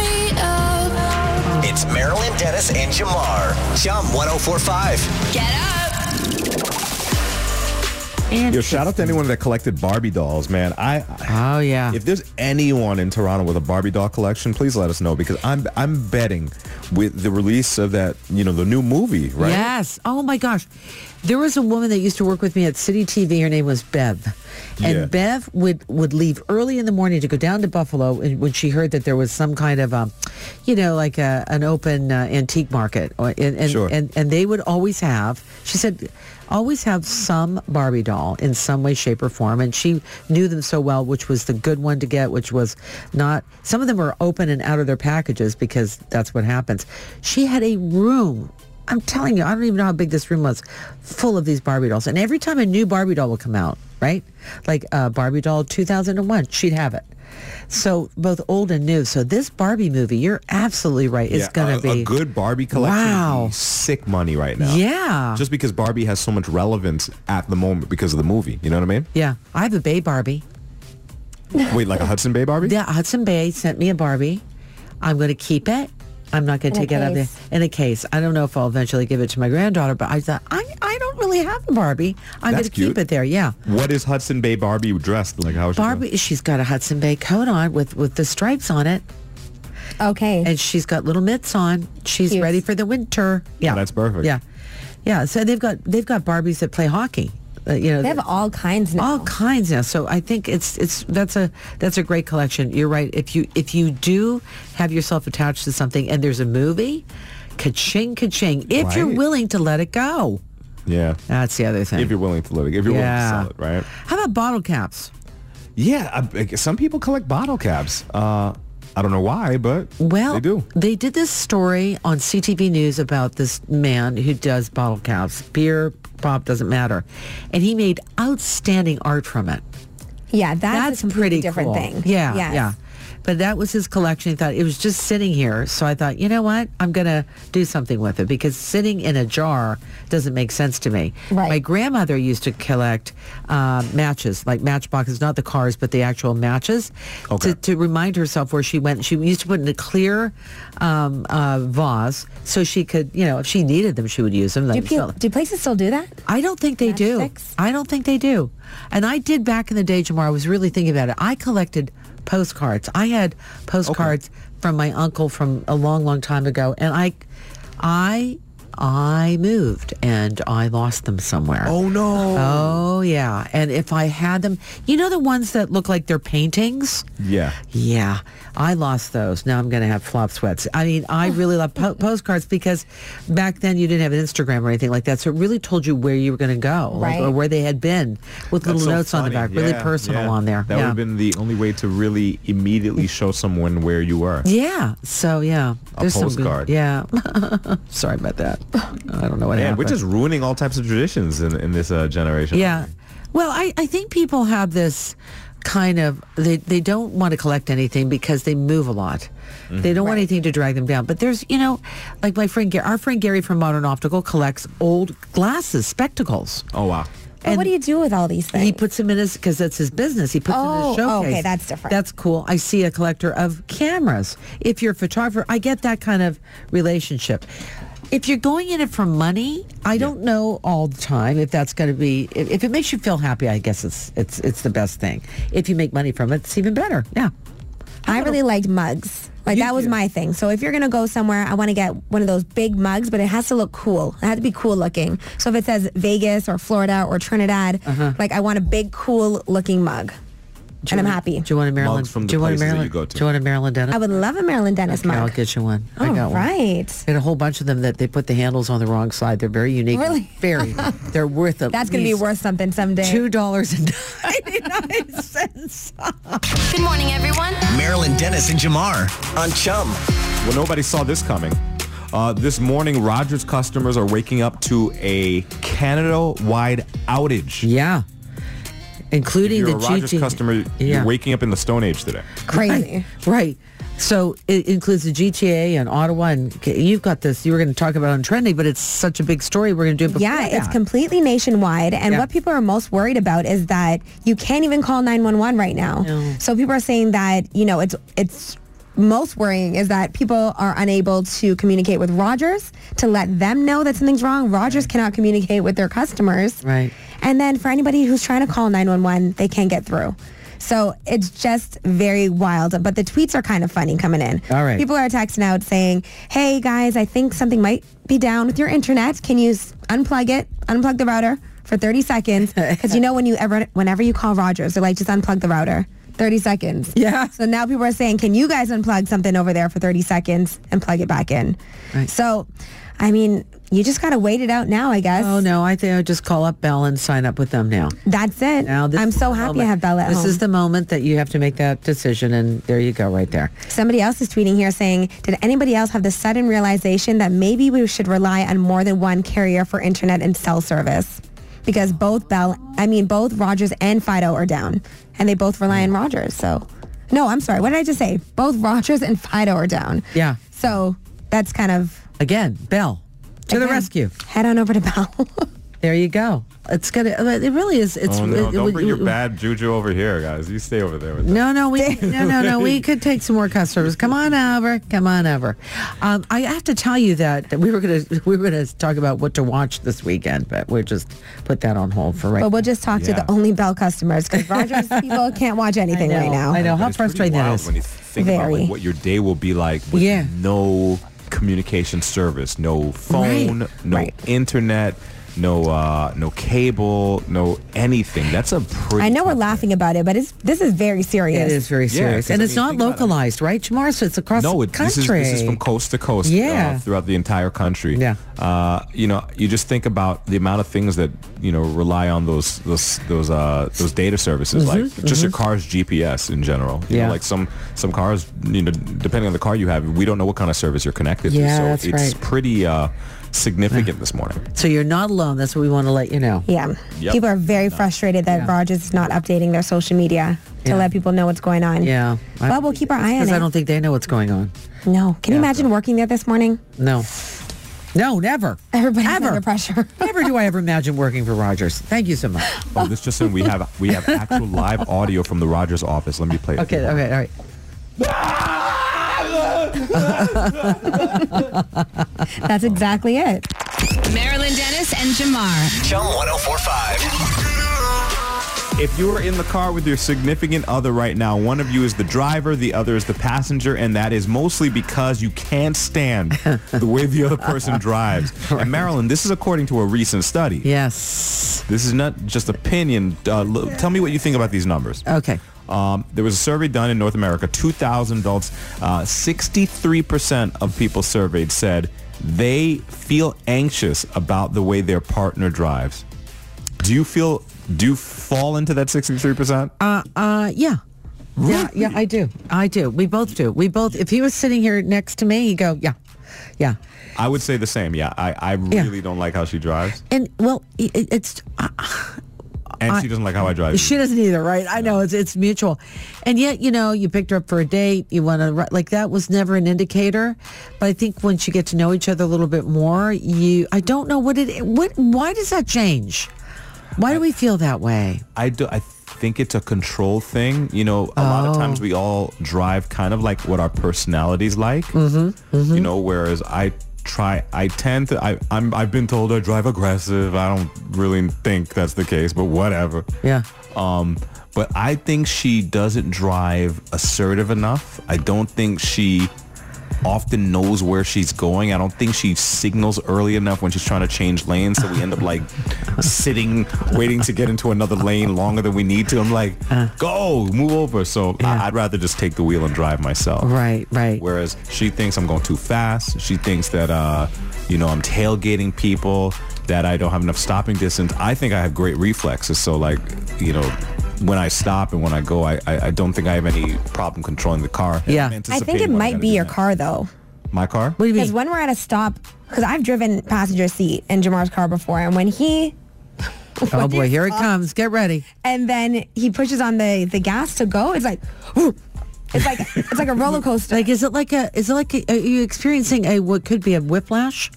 B: me up.
H: It's Marilyn Dennis and Jamar. Chum 1045.
A: Get up.
D: And
E: Yo, shout out to anyone that collected Barbie dolls, man. I
D: Oh yeah.
E: if there's anyone in Toronto with a Barbie doll collection, please let us know because I'm I'm betting with the release of that, you know, the new movie, right?
D: Yes. Oh my gosh. There was a woman that used to work with me at City TV. Her name was Bev. And
E: Yeah.
D: Bev would, would leave early in the morning to go down to Buffalo and when she heard that there was some kind of, um, you know, like a, an open uh, antique market. Or- And, and,
E: Sure.
D: and, and they would always have, she said, always have some Barbie doll in some way, shape, or form. And she knew them so well, which was the good one to get, which was not, some of them were open and out of their packages because that's what happens. She had a room. I'm telling you, I don't even know how big this room was, full of these Barbie dolls. And every time a new Barbie doll would come out, right? Like uh, Barbie doll 2001, she'd have it. So both old and new. So this Barbie movie, you're absolutely right, is
E: Yeah,
D: going
E: a,
D: to be
E: a good Barbie collection. would
D: Wow.
E: be sick money right now.
D: Yeah.
E: Just because Barbie has so much relevance at the moment because of the movie. You know what I mean?
D: Yeah, I have a Bay Barbie.
E: Wait, like a Hudson Bay Barbie?
D: Yeah, Hudson Bay sent me a Barbie. I'm going to keep it. I'm not going to
G: In a
D: take it out of the
G: case.
D: in a case. I don't know if I'll eventually give it to my granddaughter, but I thought I, I don't really have a Barbie. I'm going
E: That's
D: to keep
E: cute.
D: it there. Yeah.
E: What is Hudson Bay Barbie dressed like? How is she dressed?
D: Barbie, she's got a Hudson Bay coat on with, with the stripes on it,
G: Okay.
D: and she's got little mitts on. She's
G: Cute.
D: ready for the winter. Yeah,
E: that's perfect.
D: Yeah, yeah. So they've got they've got Barbies that play hockey. Uh, you know,
G: They have all kinds now.
D: all kinds now. So I think it's it's that's a that's a great collection. You're right. If you if you do have yourself attached to something and there's a movie, ka-ching, ka-ching. If you're
E: Right.
D: willing to let it go,
E: Yeah.
D: that's the other thing.
E: If you're willing to live it, if you're
D: Yeah.
E: willing to sell it, right?
D: How about bottle caps?
E: Yeah, I- I, guess some people collect bottle caps. Uh, I don't know why, but
D: Well,
E: they do.
D: They did this story on CTV News about this man who does bottle caps, beer, pop, doesn't matter, and he made outstanding art from it.
G: Yeah, that's,
D: that's
G: a completely
D: pretty
G: different
D: cool.
G: thing.
D: Yeah,
G: Yes.
D: yeah. But that was his collection. He thought it was just sitting here, so I thought, you know what, I'm gonna do something with it because sitting in a jar doesn't make sense to me.
G: Right.
D: My grandmother used to collect uh, matches, like matchboxes, not the cars, but the actual matches, to, to remind herself where she went. She used to put in a clear um, uh, vase so she could, you know, if she needed them, she would use them.
G: Do,
D: Like,
G: pe-
D: so-
G: do places still do that?
D: I don't think they do.
G: Matchsticks?
D: I don't think they do. And I did back in the day, Jamar. I was really thinking about it. I collected postcards. I had postcards from my uncle from a long, long time ago, and I, I, I moved and I lost them somewhere.
E: Oh no.
D: Oh yeah. And if I had them, you know the ones that look like they're paintings.
E: Yeah.
D: Yeah, I lost those. Now I'm going to have flop sweats. I mean, I really love po- postcards because back then you didn't have an Instagram or anything like that, so it really told you where you were going to go like,
G: Right.
D: or where they had been with little
E: That's so
D: notes on the
E: funny.
D: back, really
E: Yeah,
D: personal
E: yeah.
D: on there.
E: That would
D: yeah.
E: have been the only way to really immediately show someone where you were.
D: yeah. So yeah,
E: A
D: some good-
E: postcard.
D: yeah. Sorry about that. I don't know what
E: Man,
D: happened.
E: we're just ruining all types of traditions in, in this uh, generation.
D: Yeah. Well, I, I think people have this kind of they, they don't want to collect anything because they move a lot. They don't want anything to drag them down. But there's, you know, like my friend Gary, our friend Gary from Modern Optical collects old glasses, spectacles.
E: Oh wow.
G: But what do you do with all these things?
D: He puts them in his because that's his business. He puts them in his
G: Oh, okay,
D: showcase.
G: that's different.
D: That's cool. I see a collector of cameras. If you're a photographer, I get that kind of relationship. If you're going in it for money, I don't know all the time if that's going to be. If, if it makes you feel happy, I guess it's it's it's the best thing. If you make money from it, it's even better. Yeah.
G: I really liked mugs. Like that was my thing. So if you're gonna go somewhere, I want to get one of those big mugs, but it has to look cool. It has to be cool looking. So if it says Vegas or Florida or Trinidad,
D: Uh-huh.
G: like I want a big, cool looking mug, and I'm happy.
D: Do you want a Maryland?
E: from the
D: do you want a
E: places that
D: Maryland?
E: you go to.
D: Do you want a Maryland Dennis?
G: I would love a Marilyn Dennis
D: Okay, I'll
G: mug.
D: get you one. I
G: All
D: got one.
G: right.
D: I had a whole bunch of them that they put the handles on the wrong side. They're very unique. and
G: Really?
D: Very. They're worth a.
G: That's gonna be worth something someday.
D: two dollars and ninety nine cents.
B: Good morning, everyone.
H: Marilyn Dennis and Jamar on Chum.
E: Well, nobody saw this coming. Uh, this morning, Rogers customers are waking up to a Canada-wide outage.
D: Yeah, including
E: You're a
D: the
E: Rogers
D: GG
E: customer.
D: Yeah.
E: You're waking up in the Stone Age today.
G: Crazy.
D: Right. So it includes the GTA and Ottawa, and K- you've got this. You were going to talk about on trending, but it's such a big story. We're going to do it. Before
G: Yeah, it's
D: that.
G: completely nationwide. And
D: Yeah.
G: what people are most worried about is that you can't even call 911 right now. So people are saying that, you know, it's it's most worrying is that people are unable to communicate with Rogers to let them know that something's wrong. Rogers cannot communicate with their customers.
D: Right.
G: And then for anybody who's trying to call 911, they can't get through. So it's just very wild. But the tweets are kind of funny coming in.
D: All right.
G: People are texting out saying, hey guys, I think something might be down with your internet. Can you s- unplug it, unplug the router for 30 seconds? Because you know when you ever, whenever you call Rogers, they're like, just unplug the router. 30 seconds.
D: Yeah.
G: So now people are saying, can you guys unplug something over there for 30 seconds and plug it back in?
D: Right.
G: So, I mean, you just got to wait it out now, I guess.
D: Oh no, I think I'll just call up Bell and sign up with them now.
G: That's it.
D: Now this
G: I'm
D: is
G: so
D: the
G: happy I
D: moment.
G: have Bella at
D: This
G: home.
D: is the moment that you have to make that decision, and there you go, right there.
G: Somebody else is tweeting here saying, did anybody else have the sudden realization that maybe we should rely on more than one carrier for internet and cell service? Because both Bell, I mean, both Rogers and Fido are down and they both rely on
D: Hmm.
G: Rogers. So, no, I'm sorry. What did I just say? Both Rogers and Fido are down.
D: Yeah.
G: So that's kind of
D: Again, Bell to the
G: Again,
D: rescue.
G: Head on over to Bell.
D: There you go. It's gonna. uh, It really is. It's.
E: Oh no!
D: it-
E: Don't
D: it-
E: bring your bad juju over here, guys. You stay over there. With
D: No, no, we no, no, no. We could take some more customers. Come on over. Come on over. Um, I have to tell you that, that we were gonna we were gonna talk about what to watch this weekend, but we're just put that on hold for right.
G: but we'll just talk to
E: Yeah.
G: the only Bell customers because Rogers people can't watch anything right now.
D: I know how
E: It's pretty
D: frustrating that
E: wild
D: is.
E: When you think about
G: Very.
E: like, what your day will be like with
D: Yeah.
E: no communication service, no phone, no
G: Right.
E: internet, no uh, no cable, no anything. That's a pretty.
G: I know we're
E: tough
G: laughing about it, but it's this is very serious.
D: It is very serious,
E: 'cause,
D: and
E: I
D: it's
E: mean,
D: not
E: think about it.
D: localized, right, Jamar? So it's across
E: No,
D: the
E: it,
D: country.
E: this is this is from coast to coast.
D: Yeah.
E: uh, throughout the entire country.
D: Yeah.
E: uh, you know, you just think about the amount of things that you know rely on those those those uh, those data services, like just your car's GPS in general. You
D: Mm-hmm, Yeah.
E: know, like some some cars, you know, depending on the car you have, we don't know what kind of service you're connected
D: Yeah,
E: to. So
D: that's
E: it's
D: right.
E: pretty uh, significant this morning.
D: so you're not alone. That's what we want to let you know.
G: Yeah.
E: Yep.
G: People are very frustrated that Rogers is not updating their social media to
D: Yeah.
G: let people know what's going on.
D: Yeah, I
G: But
D: don't
G: we'll
D: think-
G: keep our eye on
D: because
G: it.
D: I don't think they know what's going on.
G: no. Can you imagine working there this morning?
D: No, no, never.
G: Everybody's
D: ever.
G: under pressure.
D: Never do I ever imagine working for Rogers. Thank you so much.
E: Oh, this just in, we have we have actual live audio from the Rogers office. Let me play. it.
D: Okay, okay, all right.
G: That's exactly it.
B: Marilyn Dennis and Jamar.
H: Chum 1045.
E: If you are in the car with your significant other right now, one of you is the driver, the other is the passenger, and that is mostly because you can't stand the way the other person drives. And Marilyn, this is according to a recent study.
D: Yes.
E: This is not just opinion. Uh, l- tell me what you think about these numbers.
D: Okay.
E: Um, there was a survey done in North America, 2,000 adults. Uh, 63% of people surveyed said they feel anxious about the way their partner drives. Do you feel, do you fall into that 63%?
D: Uh, yeah. Yeah, yeah, I do. I do. We both do. We both. If he was sitting here next to me, you go, yeah, yeah.
E: I would say the same. Yeah, I, I really don't like how she drives.
D: And well, i- i- it's uh,
E: And she doesn't like how I drive.
D: she doesn't either, right? I know it's it's mutual, and yet you know you picked her up for a date. You want to like that was never an indicator, but I think once you get to know each other a little bit more, you I don't know what it what why does that change? Why do we feel that way?
E: I do. I think it's a control thing. You know, a lot of times we all drive kind of like what our personalities like. Mm-hmm, You know, whereas I try. I tend to. I, I'm. I've been told I drive aggressive. I don't really think that's the case, but whatever.
D: Yeah.
E: Um, but I think she doesn't drive assertive enough. I don't think she often knows where she's going. I don't think she signals early enough when she's trying to change lanes. So we end up like sitting, waiting to get into another lane longer than we need to. I'm like,
D: Uh.
E: go, move over. So I- I'd rather just take the wheel and drive myself.
D: Right. Right.
E: Whereas she thinks I'm going too fast. She thinks that, uh, you know, I'm tailgating people, that I don't have enough stopping distance. I think I have great reflexes. So, like, you know, when I stop and when I go, I, I, I don't think I have any problem controlling the car.
D: Yeah.
E: I'm
G: I think it
E: anticipating when
G: might
E: gotta
G: be
E: do
G: your
E: that.
G: car though.
E: My car?
D: What do you
G: Because
D: mean?
G: when we're at a stop, because I've driven passenger seat in Jamar's car before, and when he
D: Oh boy, here it comes. Get ready.
G: and then he pushes on the the gas to go, it's like, it's like it's like a roller coaster.
D: Like, is it like a? Is it like? A, are you experiencing a what could be a whiplash?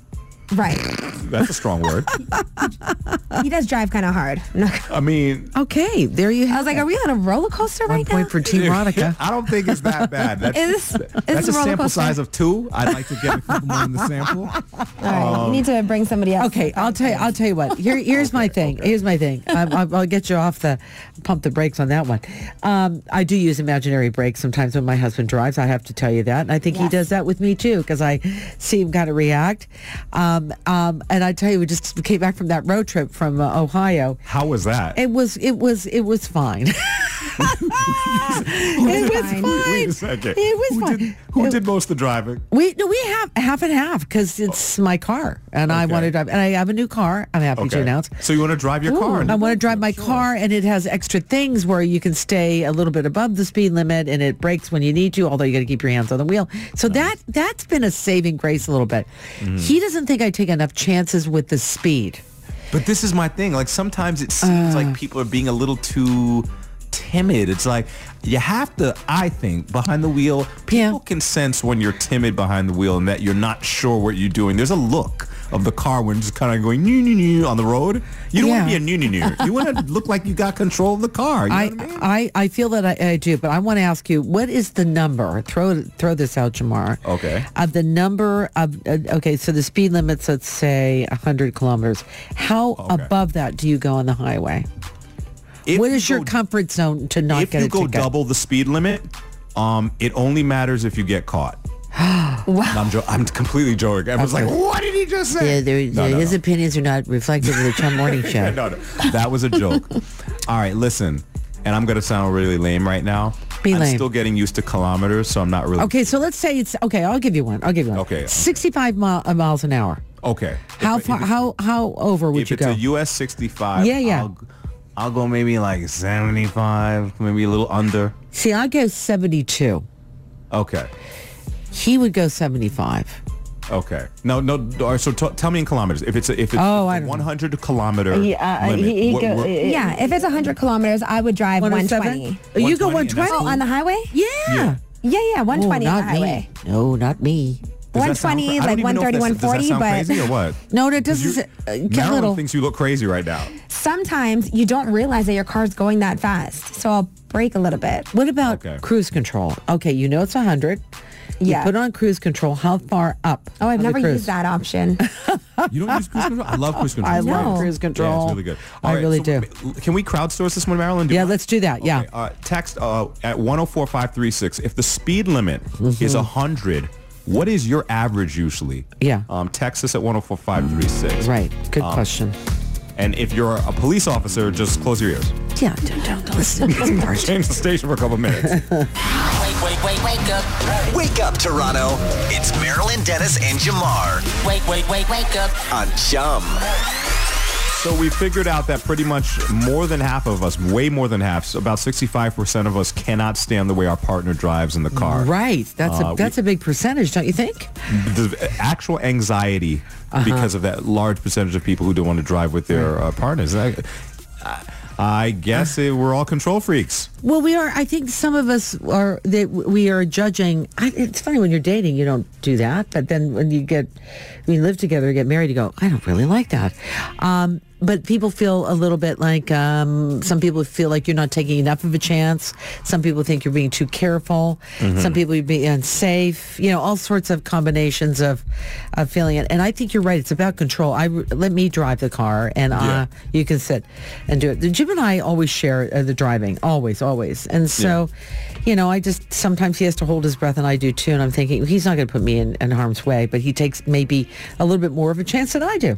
G: Right.
E: That's a strong word.
G: he does drive kind of hard. I'm not-
E: I mean,
D: Okay, there you
G: I
D: have
G: was like, are we on a roller coaster
D: one
G: right
D: point
G: now?
D: for Team Ronica.
E: I don't think it's that bad. That's,
G: Is this, is
E: that's
G: this
E: a
G: roller
E: sample
G: coaster?
E: size of two. I'd like to get a couple more in the sample.
G: All right, you need to bring somebody else.
D: Um, Okay, I'll tell you. I'll tell you what. Here, here's my thing. Here's my thing. I, I'll, I'll get you off the pump the brakes on that one. Um, I do use imaginary brakes sometimes when my husband drives. I have to tell you that, and I think he
G: Yes.
D: does that with me too because I see him kind of react. Um, um, and I tell you, we just came back from that road trip from uh, Ohio.
E: How was that?
D: It was it was it was fine. it was fine.
G: Fine.
E: Wait a second.
D: It was
E: who
D: fine.
E: Did, who
D: It-
E: did most of the driving?
D: we no, we have half and half because it's my car and I
E: Oh. Okay.
D: want to drive, and I have a new car. I'm happy to announce.
E: So you want to drive your car?
D: I want to drive my car, and it has extra things where you can stay a little bit above the speed limit, and it brakes when you need to. Although you got to keep your hands on the wheel. So that that's been a saving grace a little bit.
E: Mm-hmm.
D: He doesn't think I take enough chances with the speed.
E: But this is my thing. Like sometimes it seems
D: Uh.
E: like people are being a little too timid. It's like you have to, I think, behind the wheel, people
D: Yeah.
E: can sense when you're timid behind the wheel and that you're not sure what you're doing. There's a look of the car when it's kind of going new new new on the road. You don't want
D: Yeah.
E: to be a new new new. You want to look like you got control of the car. You know
D: I,
E: what I mean?
D: I, I feel that I, I do, but I want to ask you, what is the number? Throw throw this out, Jamar.
E: Okay.
D: Of the number of uh, okay, so the speed limit's let's say hundred kilometers. How above that do you go on the highway?
E: If
D: what
E: you
D: is your
E: go-
D: comfort zone to not
E: If
D: get
E: you
D: a
E: go
D: ticket?
E: double the speed limit, um, it only matters if you get caught. I'm, jo- I'm completely joking. Everyone's like, what did he just say?
D: Yeah, Uh, there-
E: No, no,
D: his
E: no.
D: opinions are not reflective of the Chum Morning Show.
E: Yeah, no, no. That was a joke. All right, listen. And I'm going to sound really lame right now.
D: Be
E: I'm
D: lame.
E: still getting used to kilometers, so I'm not really...
D: Okay, so let's say it's okay. I'll give you one. I'll give you one.
E: Okay, okay.
D: sixty-five mi- uh, miles an hour.
E: Okay.
D: How
E: If-
D: far?
E: If, it-
D: How how over would
E: if
D: you
E: it's
D: go?
E: a US 65,
D: Yeah, yeah.
E: I'll, I'll go maybe like 75, maybe a little under.
D: See, I go seventy-two.
E: Okay.
D: He would go sevendative
E: Okay. No, no. all right, So t- tell me in kilometers. If it's a, if it's
D: Oh, I
E: a
D: don't know.
E: 100 kilometer
D: Yeah, uh,
E: limit,
D: he- he
E: what-
D: go-
E: what-
D: eh,
G: Yeah, if it's 100 kilometers, I would drive 120.
D: You go
E: 120, and
D: 120?
E: that's-
G: Oh, on the highway?
D: Yeah.
G: Yeah, yeah,
D: Oh,
G: 120 on the
D: not
G: highway.
D: me. No, not me.
E: does that sound
G: 120,
E: cra- I don't
G: like
E: even know if
G: 130,
E: that's- Does that
G: 140,
E: sound
G: but
E: crazy or what?
D: No, that doesn't.
E: You-
D: s- uh, get a
E: Marilyn
D: little.
E: thinks you look crazy right now.
G: sometimes you don't realize that your car's going that fast. So I'll brake a little bit.
D: What about
E: Okay.
D: cruise control? Okay, you know it's 100.
G: Yeah.
D: You put on cruise control. How far up?
G: Oh,
D: on
G: I've
D: the
G: never
D: cruise?
G: used that option.
E: You don't use cruise control? I love cruise control.
D: I
G: No.
D: love cruise control.
E: Yeah, it's really good.
D: I
E: All right,
D: really
E: so
D: do.
E: m- Can we crowdsource this one, Marilyn? Do you
D: Yeah,
E: mind?
D: let's do that. Yeah.
E: Okay, uh, text uh, at 104536. If the speed limit
D: Mm-hmm.
E: is 100, what is your average usually?
D: Yeah.
E: Um, text us at 104536.
D: Right. Good
E: Um,
D: question.
E: And if you're a police officer, just close your ears.
D: Yeah, don't, don't listen to this part.
E: Change the station for a couple minutes.
F: Wait, wait, wait, wake up.
H: Wake up, Toronto. It's Marilyn Dennis and Jamar
F: Wait, wait, wait, wake up.
H: on Chum.
E: so we figured out that pretty much more than half of us, way more than half, so about 65% of us cannot stand the way our partner drives in the car.
D: Right. That's
E: Uh,
D: a
E: we-
D: that's a big percentage, don't you think?
E: the actual anxiety because of that large percentage of people who don't want to drive with their uh, partners. I, I- I guess it, we're all control freaks.
D: Well, we are. I think some of us are that we are judging. I, it's funny when you're dating, you don't do that, but then when you get, when you live together, get married, you go, I don't really like that. Um, but people feel a little bit like um, some people feel like you're not taking enough of a chance. Some people think you're being too careful. Some people you're being unsafe. You know, all sorts of combinations of, of feeling it. And I think you're right. It's about control. I let me drive the car, and
E: Yeah.
D: uh, you can sit and do it. Jim and I always share uh, the driving, always, always. And so, you know, I just sometimes he has to hold his breath, and I do too. And I'm thinking he's not going to put me in, in harm's way, but he takes maybe a little bit more of a chance than I do.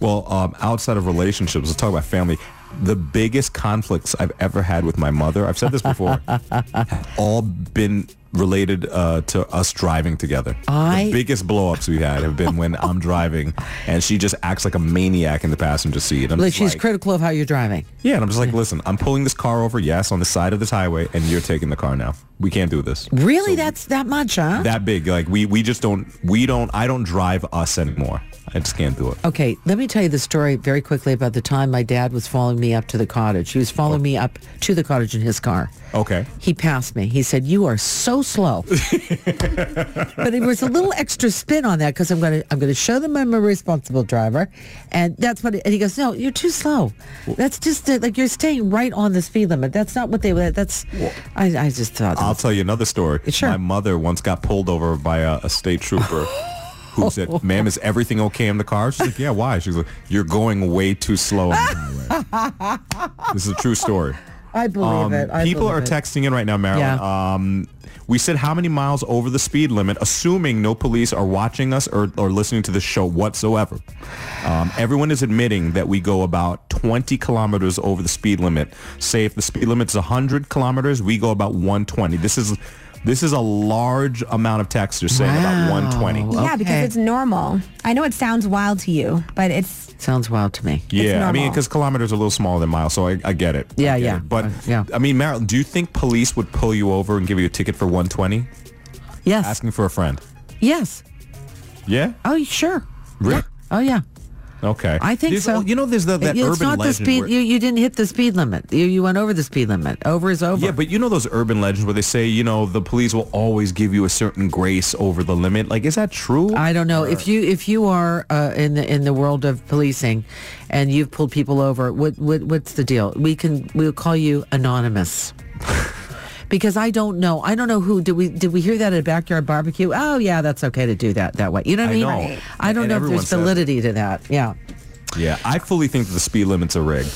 E: Well, um, outside of relationships, let's talk about family. The biggest conflicts I've ever had with my mother, I've said this before, have all been related uh, to us driving together.
D: I-
E: The biggest blow-ups we've had have been when I'm driving and she just acts like a maniac in the passenger seat. I'm
D: Like
E: just
D: she's
E: like,
D: critical of how you're driving.
E: Yeah, and I'm just like, listen, I'm pulling this car over, yes, on the side of this highway, and you're taking the car now. We can't do this.
D: Really, that's that much, huh?
E: That big, like we we just don't we don't I don't drive us anymore. I just can't do it.
D: Okay, let me tell you the story very quickly about the time my dad was following me up to the cottage. He was following me up to the cottage in his car.
E: Okay.
D: He passed me. He said, "You are so slow. but it was a little extra spin on that because I'm going to I'm going to show them I'm a responsible driver, and that's what. It, and he goes, no, you're too slow. That's just uh, like you're staying right on the speed limit. That's not what they. That's I, I just thought.
E: I'll tell you another story.
D: Sure.
E: My mother once got pulled over by a, a state trooper who said, ma'am, is everything okay in the car? She's like, yeah, why? She's like, you're going way too slow on the highway. this is a true story.
D: I believe
E: Um,
D: it. I
E: people
D: believe
E: are
D: it.
E: texting in right now, Marilyn.
D: Yeah.
E: Um, we said how many miles over the speed limit, assuming no police are watching us or, or listening to the show whatsoever. Um, everyone is admitting that we go about 20 kilometers over the speed limit. Say if the speed limit's 100 kilometers, we go about 120. This is this is a large amount of texters saying about
D: Wow.
E: 120.
G: Yeah,
D: Okay.
G: because it's normal. I know it sounds wild to you, but it's
D: Sounds wild to me.
E: Yeah, I mean,
G: normal.
E: because kilometers are a little smaller than miles, so I, I get it. I
D: Yeah,
E: get
D: yeah.
E: it. But,
D: Uh, yeah.
E: I mean, Marilyn, do you think police would pull you over and give you a ticket for 120?
D: Yes.
E: Asking for a friend.
D: Yes.
E: Yeah?
D: Oh, sure.
E: Really?
D: Oh, yeah.
E: Okay.
D: I think
E: There's-
D: so.
E: oh, You know, there's the, that
D: it's
E: urban
D: not
E: legend.
D: the speed.
E: where-
D: You, you didn't hit the speed limit. You, you went over the speed limit. Over is over.
E: yeah, but you know those urban legends where they say, you know, the police will always give you a certain grace over the limit. Like, is that true?
D: I don't know if you if you are uh, in the in the world of policing, and you've pulled people over. What what what's the deal? We can we'll call you anonymous. Because I don't know, I don't know who did we did we hear that at a backyard barbecue? Oh yeah, that's okay to do that that way. You know what I
E: I
D: mean?
E: know.
D: I don't
E: And
D: know if
E: everyone
D: there's
E: says it.
D: validity to that. Yeah.
E: yeah, I fully think that the speed limits are rigged.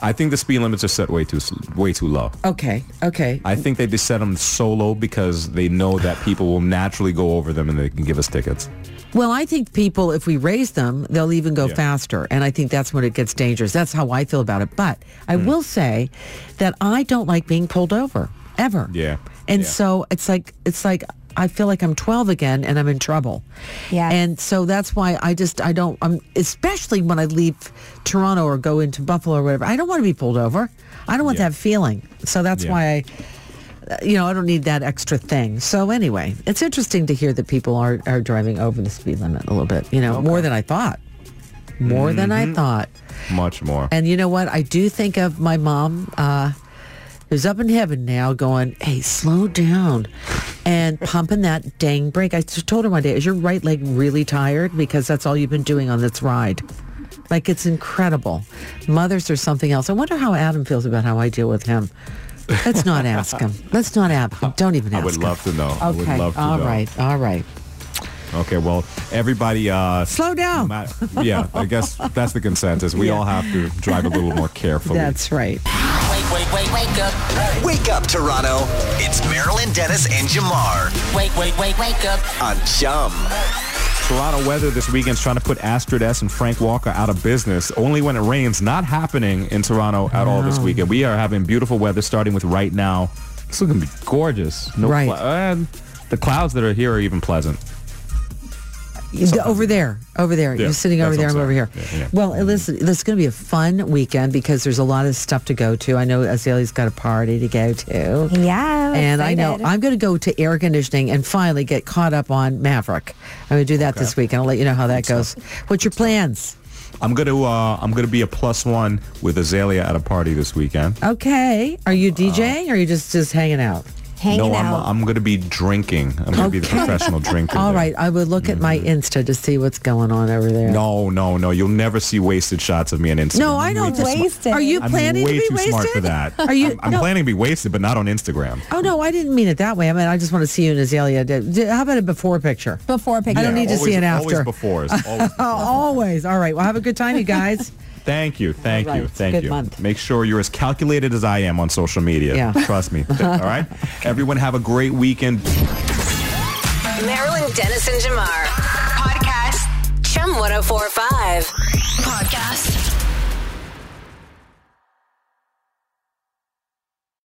E: I think the speed limits are set way too s- way too low.
D: Okay. Okay.
E: I think they just set them so low because they know that people will naturally go over them and they can give us tickets.
D: Well, I think people, if we raise them, they'll even go
E: Yeah.
D: faster. And I think that's when it gets dangerous. That's how I feel about it. But I
E: Hmm.
D: will say that I don't like being pulled over ever.
E: Yeah.
D: And
E: Yeah.
D: so it's like, it's like, I feel like I'm 12 again and I'm in trouble.
G: Yes.
D: And so that's why I just, I don't, I'm, especially when I leave Toronto or go into Buffalo or whatever, I don't want to be pulled over. I don't want
E: Yeah.
D: that feeling. So that's
E: Yeah.
D: why I, you know, I don't need that extra thing. So anyway, it's interesting to hear that people are, are driving over the speed limit a little bit, you know, more than I thought. More than I thought.
E: Much more.
D: And you know what? I do think of my mom, uh, who's up in heaven now, going, hey, slow down and pumping that dang brake. I just told her one day, is your right leg really tired? Because that's all you've been doing on this ride. Like, it's incredible. Mothers are something else. I wonder how Adam feels about how I deal with him. Let's not ask him. Let's not ask him. Don't even
E: I
D: ask
E: would
D: him.
E: love to know. I would
D: Okay.
E: love to
D: all
E: know.
D: right. All right.
E: Okay, well, everybody uh,
D: Slow down.
E: Ma- yeah, I guess that's the consensus. We all have to drive a little more carefully.
D: That's right.
F: Wake, wake, wake, wake up.
H: Wake up, Toronto. It's Marilyn Dennis and Jamar
F: Wake, wake, wake, wake up.
H: on Chum.
E: Toronto weather this weekend's trying to put Astrid S and Frank Walker out of business. Only when it rains. Not happening in Toronto at all this weekend. We are having beautiful weather starting with right now. It's looking gorgeous. No
D: Right.
E: clou- and the clouds that are here are even pleasant.
D: The- over there, over there.
E: Yeah,
D: You're sitting
E: that's
D: over there.
E: what
D: I'm
E: I'm
D: over here.
E: saying. Yeah, yeah.
D: Well, uh, listen, this is going to be a fun weekend because there's a lot of stuff to go to. I know Azalea's got a party to go to.
G: yeah.
D: And I know
G: excited.
D: I'm going to go to air conditioning and finally get caught up on Maverick. I'm going to do that this week, and I'll let you know how that goes. What's your plans?
E: I'm gonna uh, I'm gonna be a plus one with Azalea at a party this weekend.
D: Okay. Are
E: Uh,
D: you DJing or are you just, just hanging out?
G: hanging
E: no, I'm
G: out.
E: I'm gonna be drinking. I'm gonna be the professional drinker.
D: All
E: there. Mm-hmm.
D: right. I would look at my Insta to see what's going on over there.
E: No, no, no. You'll never see wasted shots of me on Instagram.
D: No, I don't.
G: too smart.
D: waste it. Are you
E: I'm
D: planning
E: way
D: to be
E: too
D: wasted?
E: smart for that.
D: Are you?
E: I'm, I'm
D: no.
E: planning to be wasted, but not on Instagram.
D: Oh no, I didn't mean it that way. I mean, I just want to see you in Azalea. D- d- How about a before picture?
G: before picture.
D: I don't need to
E: always-
D: see an after.
E: Always before. is- Always
D: Oh,
E: before.
D: always. All right. Well, have a good time, you guys.
E: Thank you. Thank
D: All right,
E: you.
D: it's a
E: Thank
D: good
E: you.
D: month.
E: Make sure you're as calculated as I am on social media.
D: Yeah.
E: Trust me. All right. Everyone have a great weekend.
A: Marilyn Dennis and Jamar. oh Podcast Chum 1045.
B: Podcast.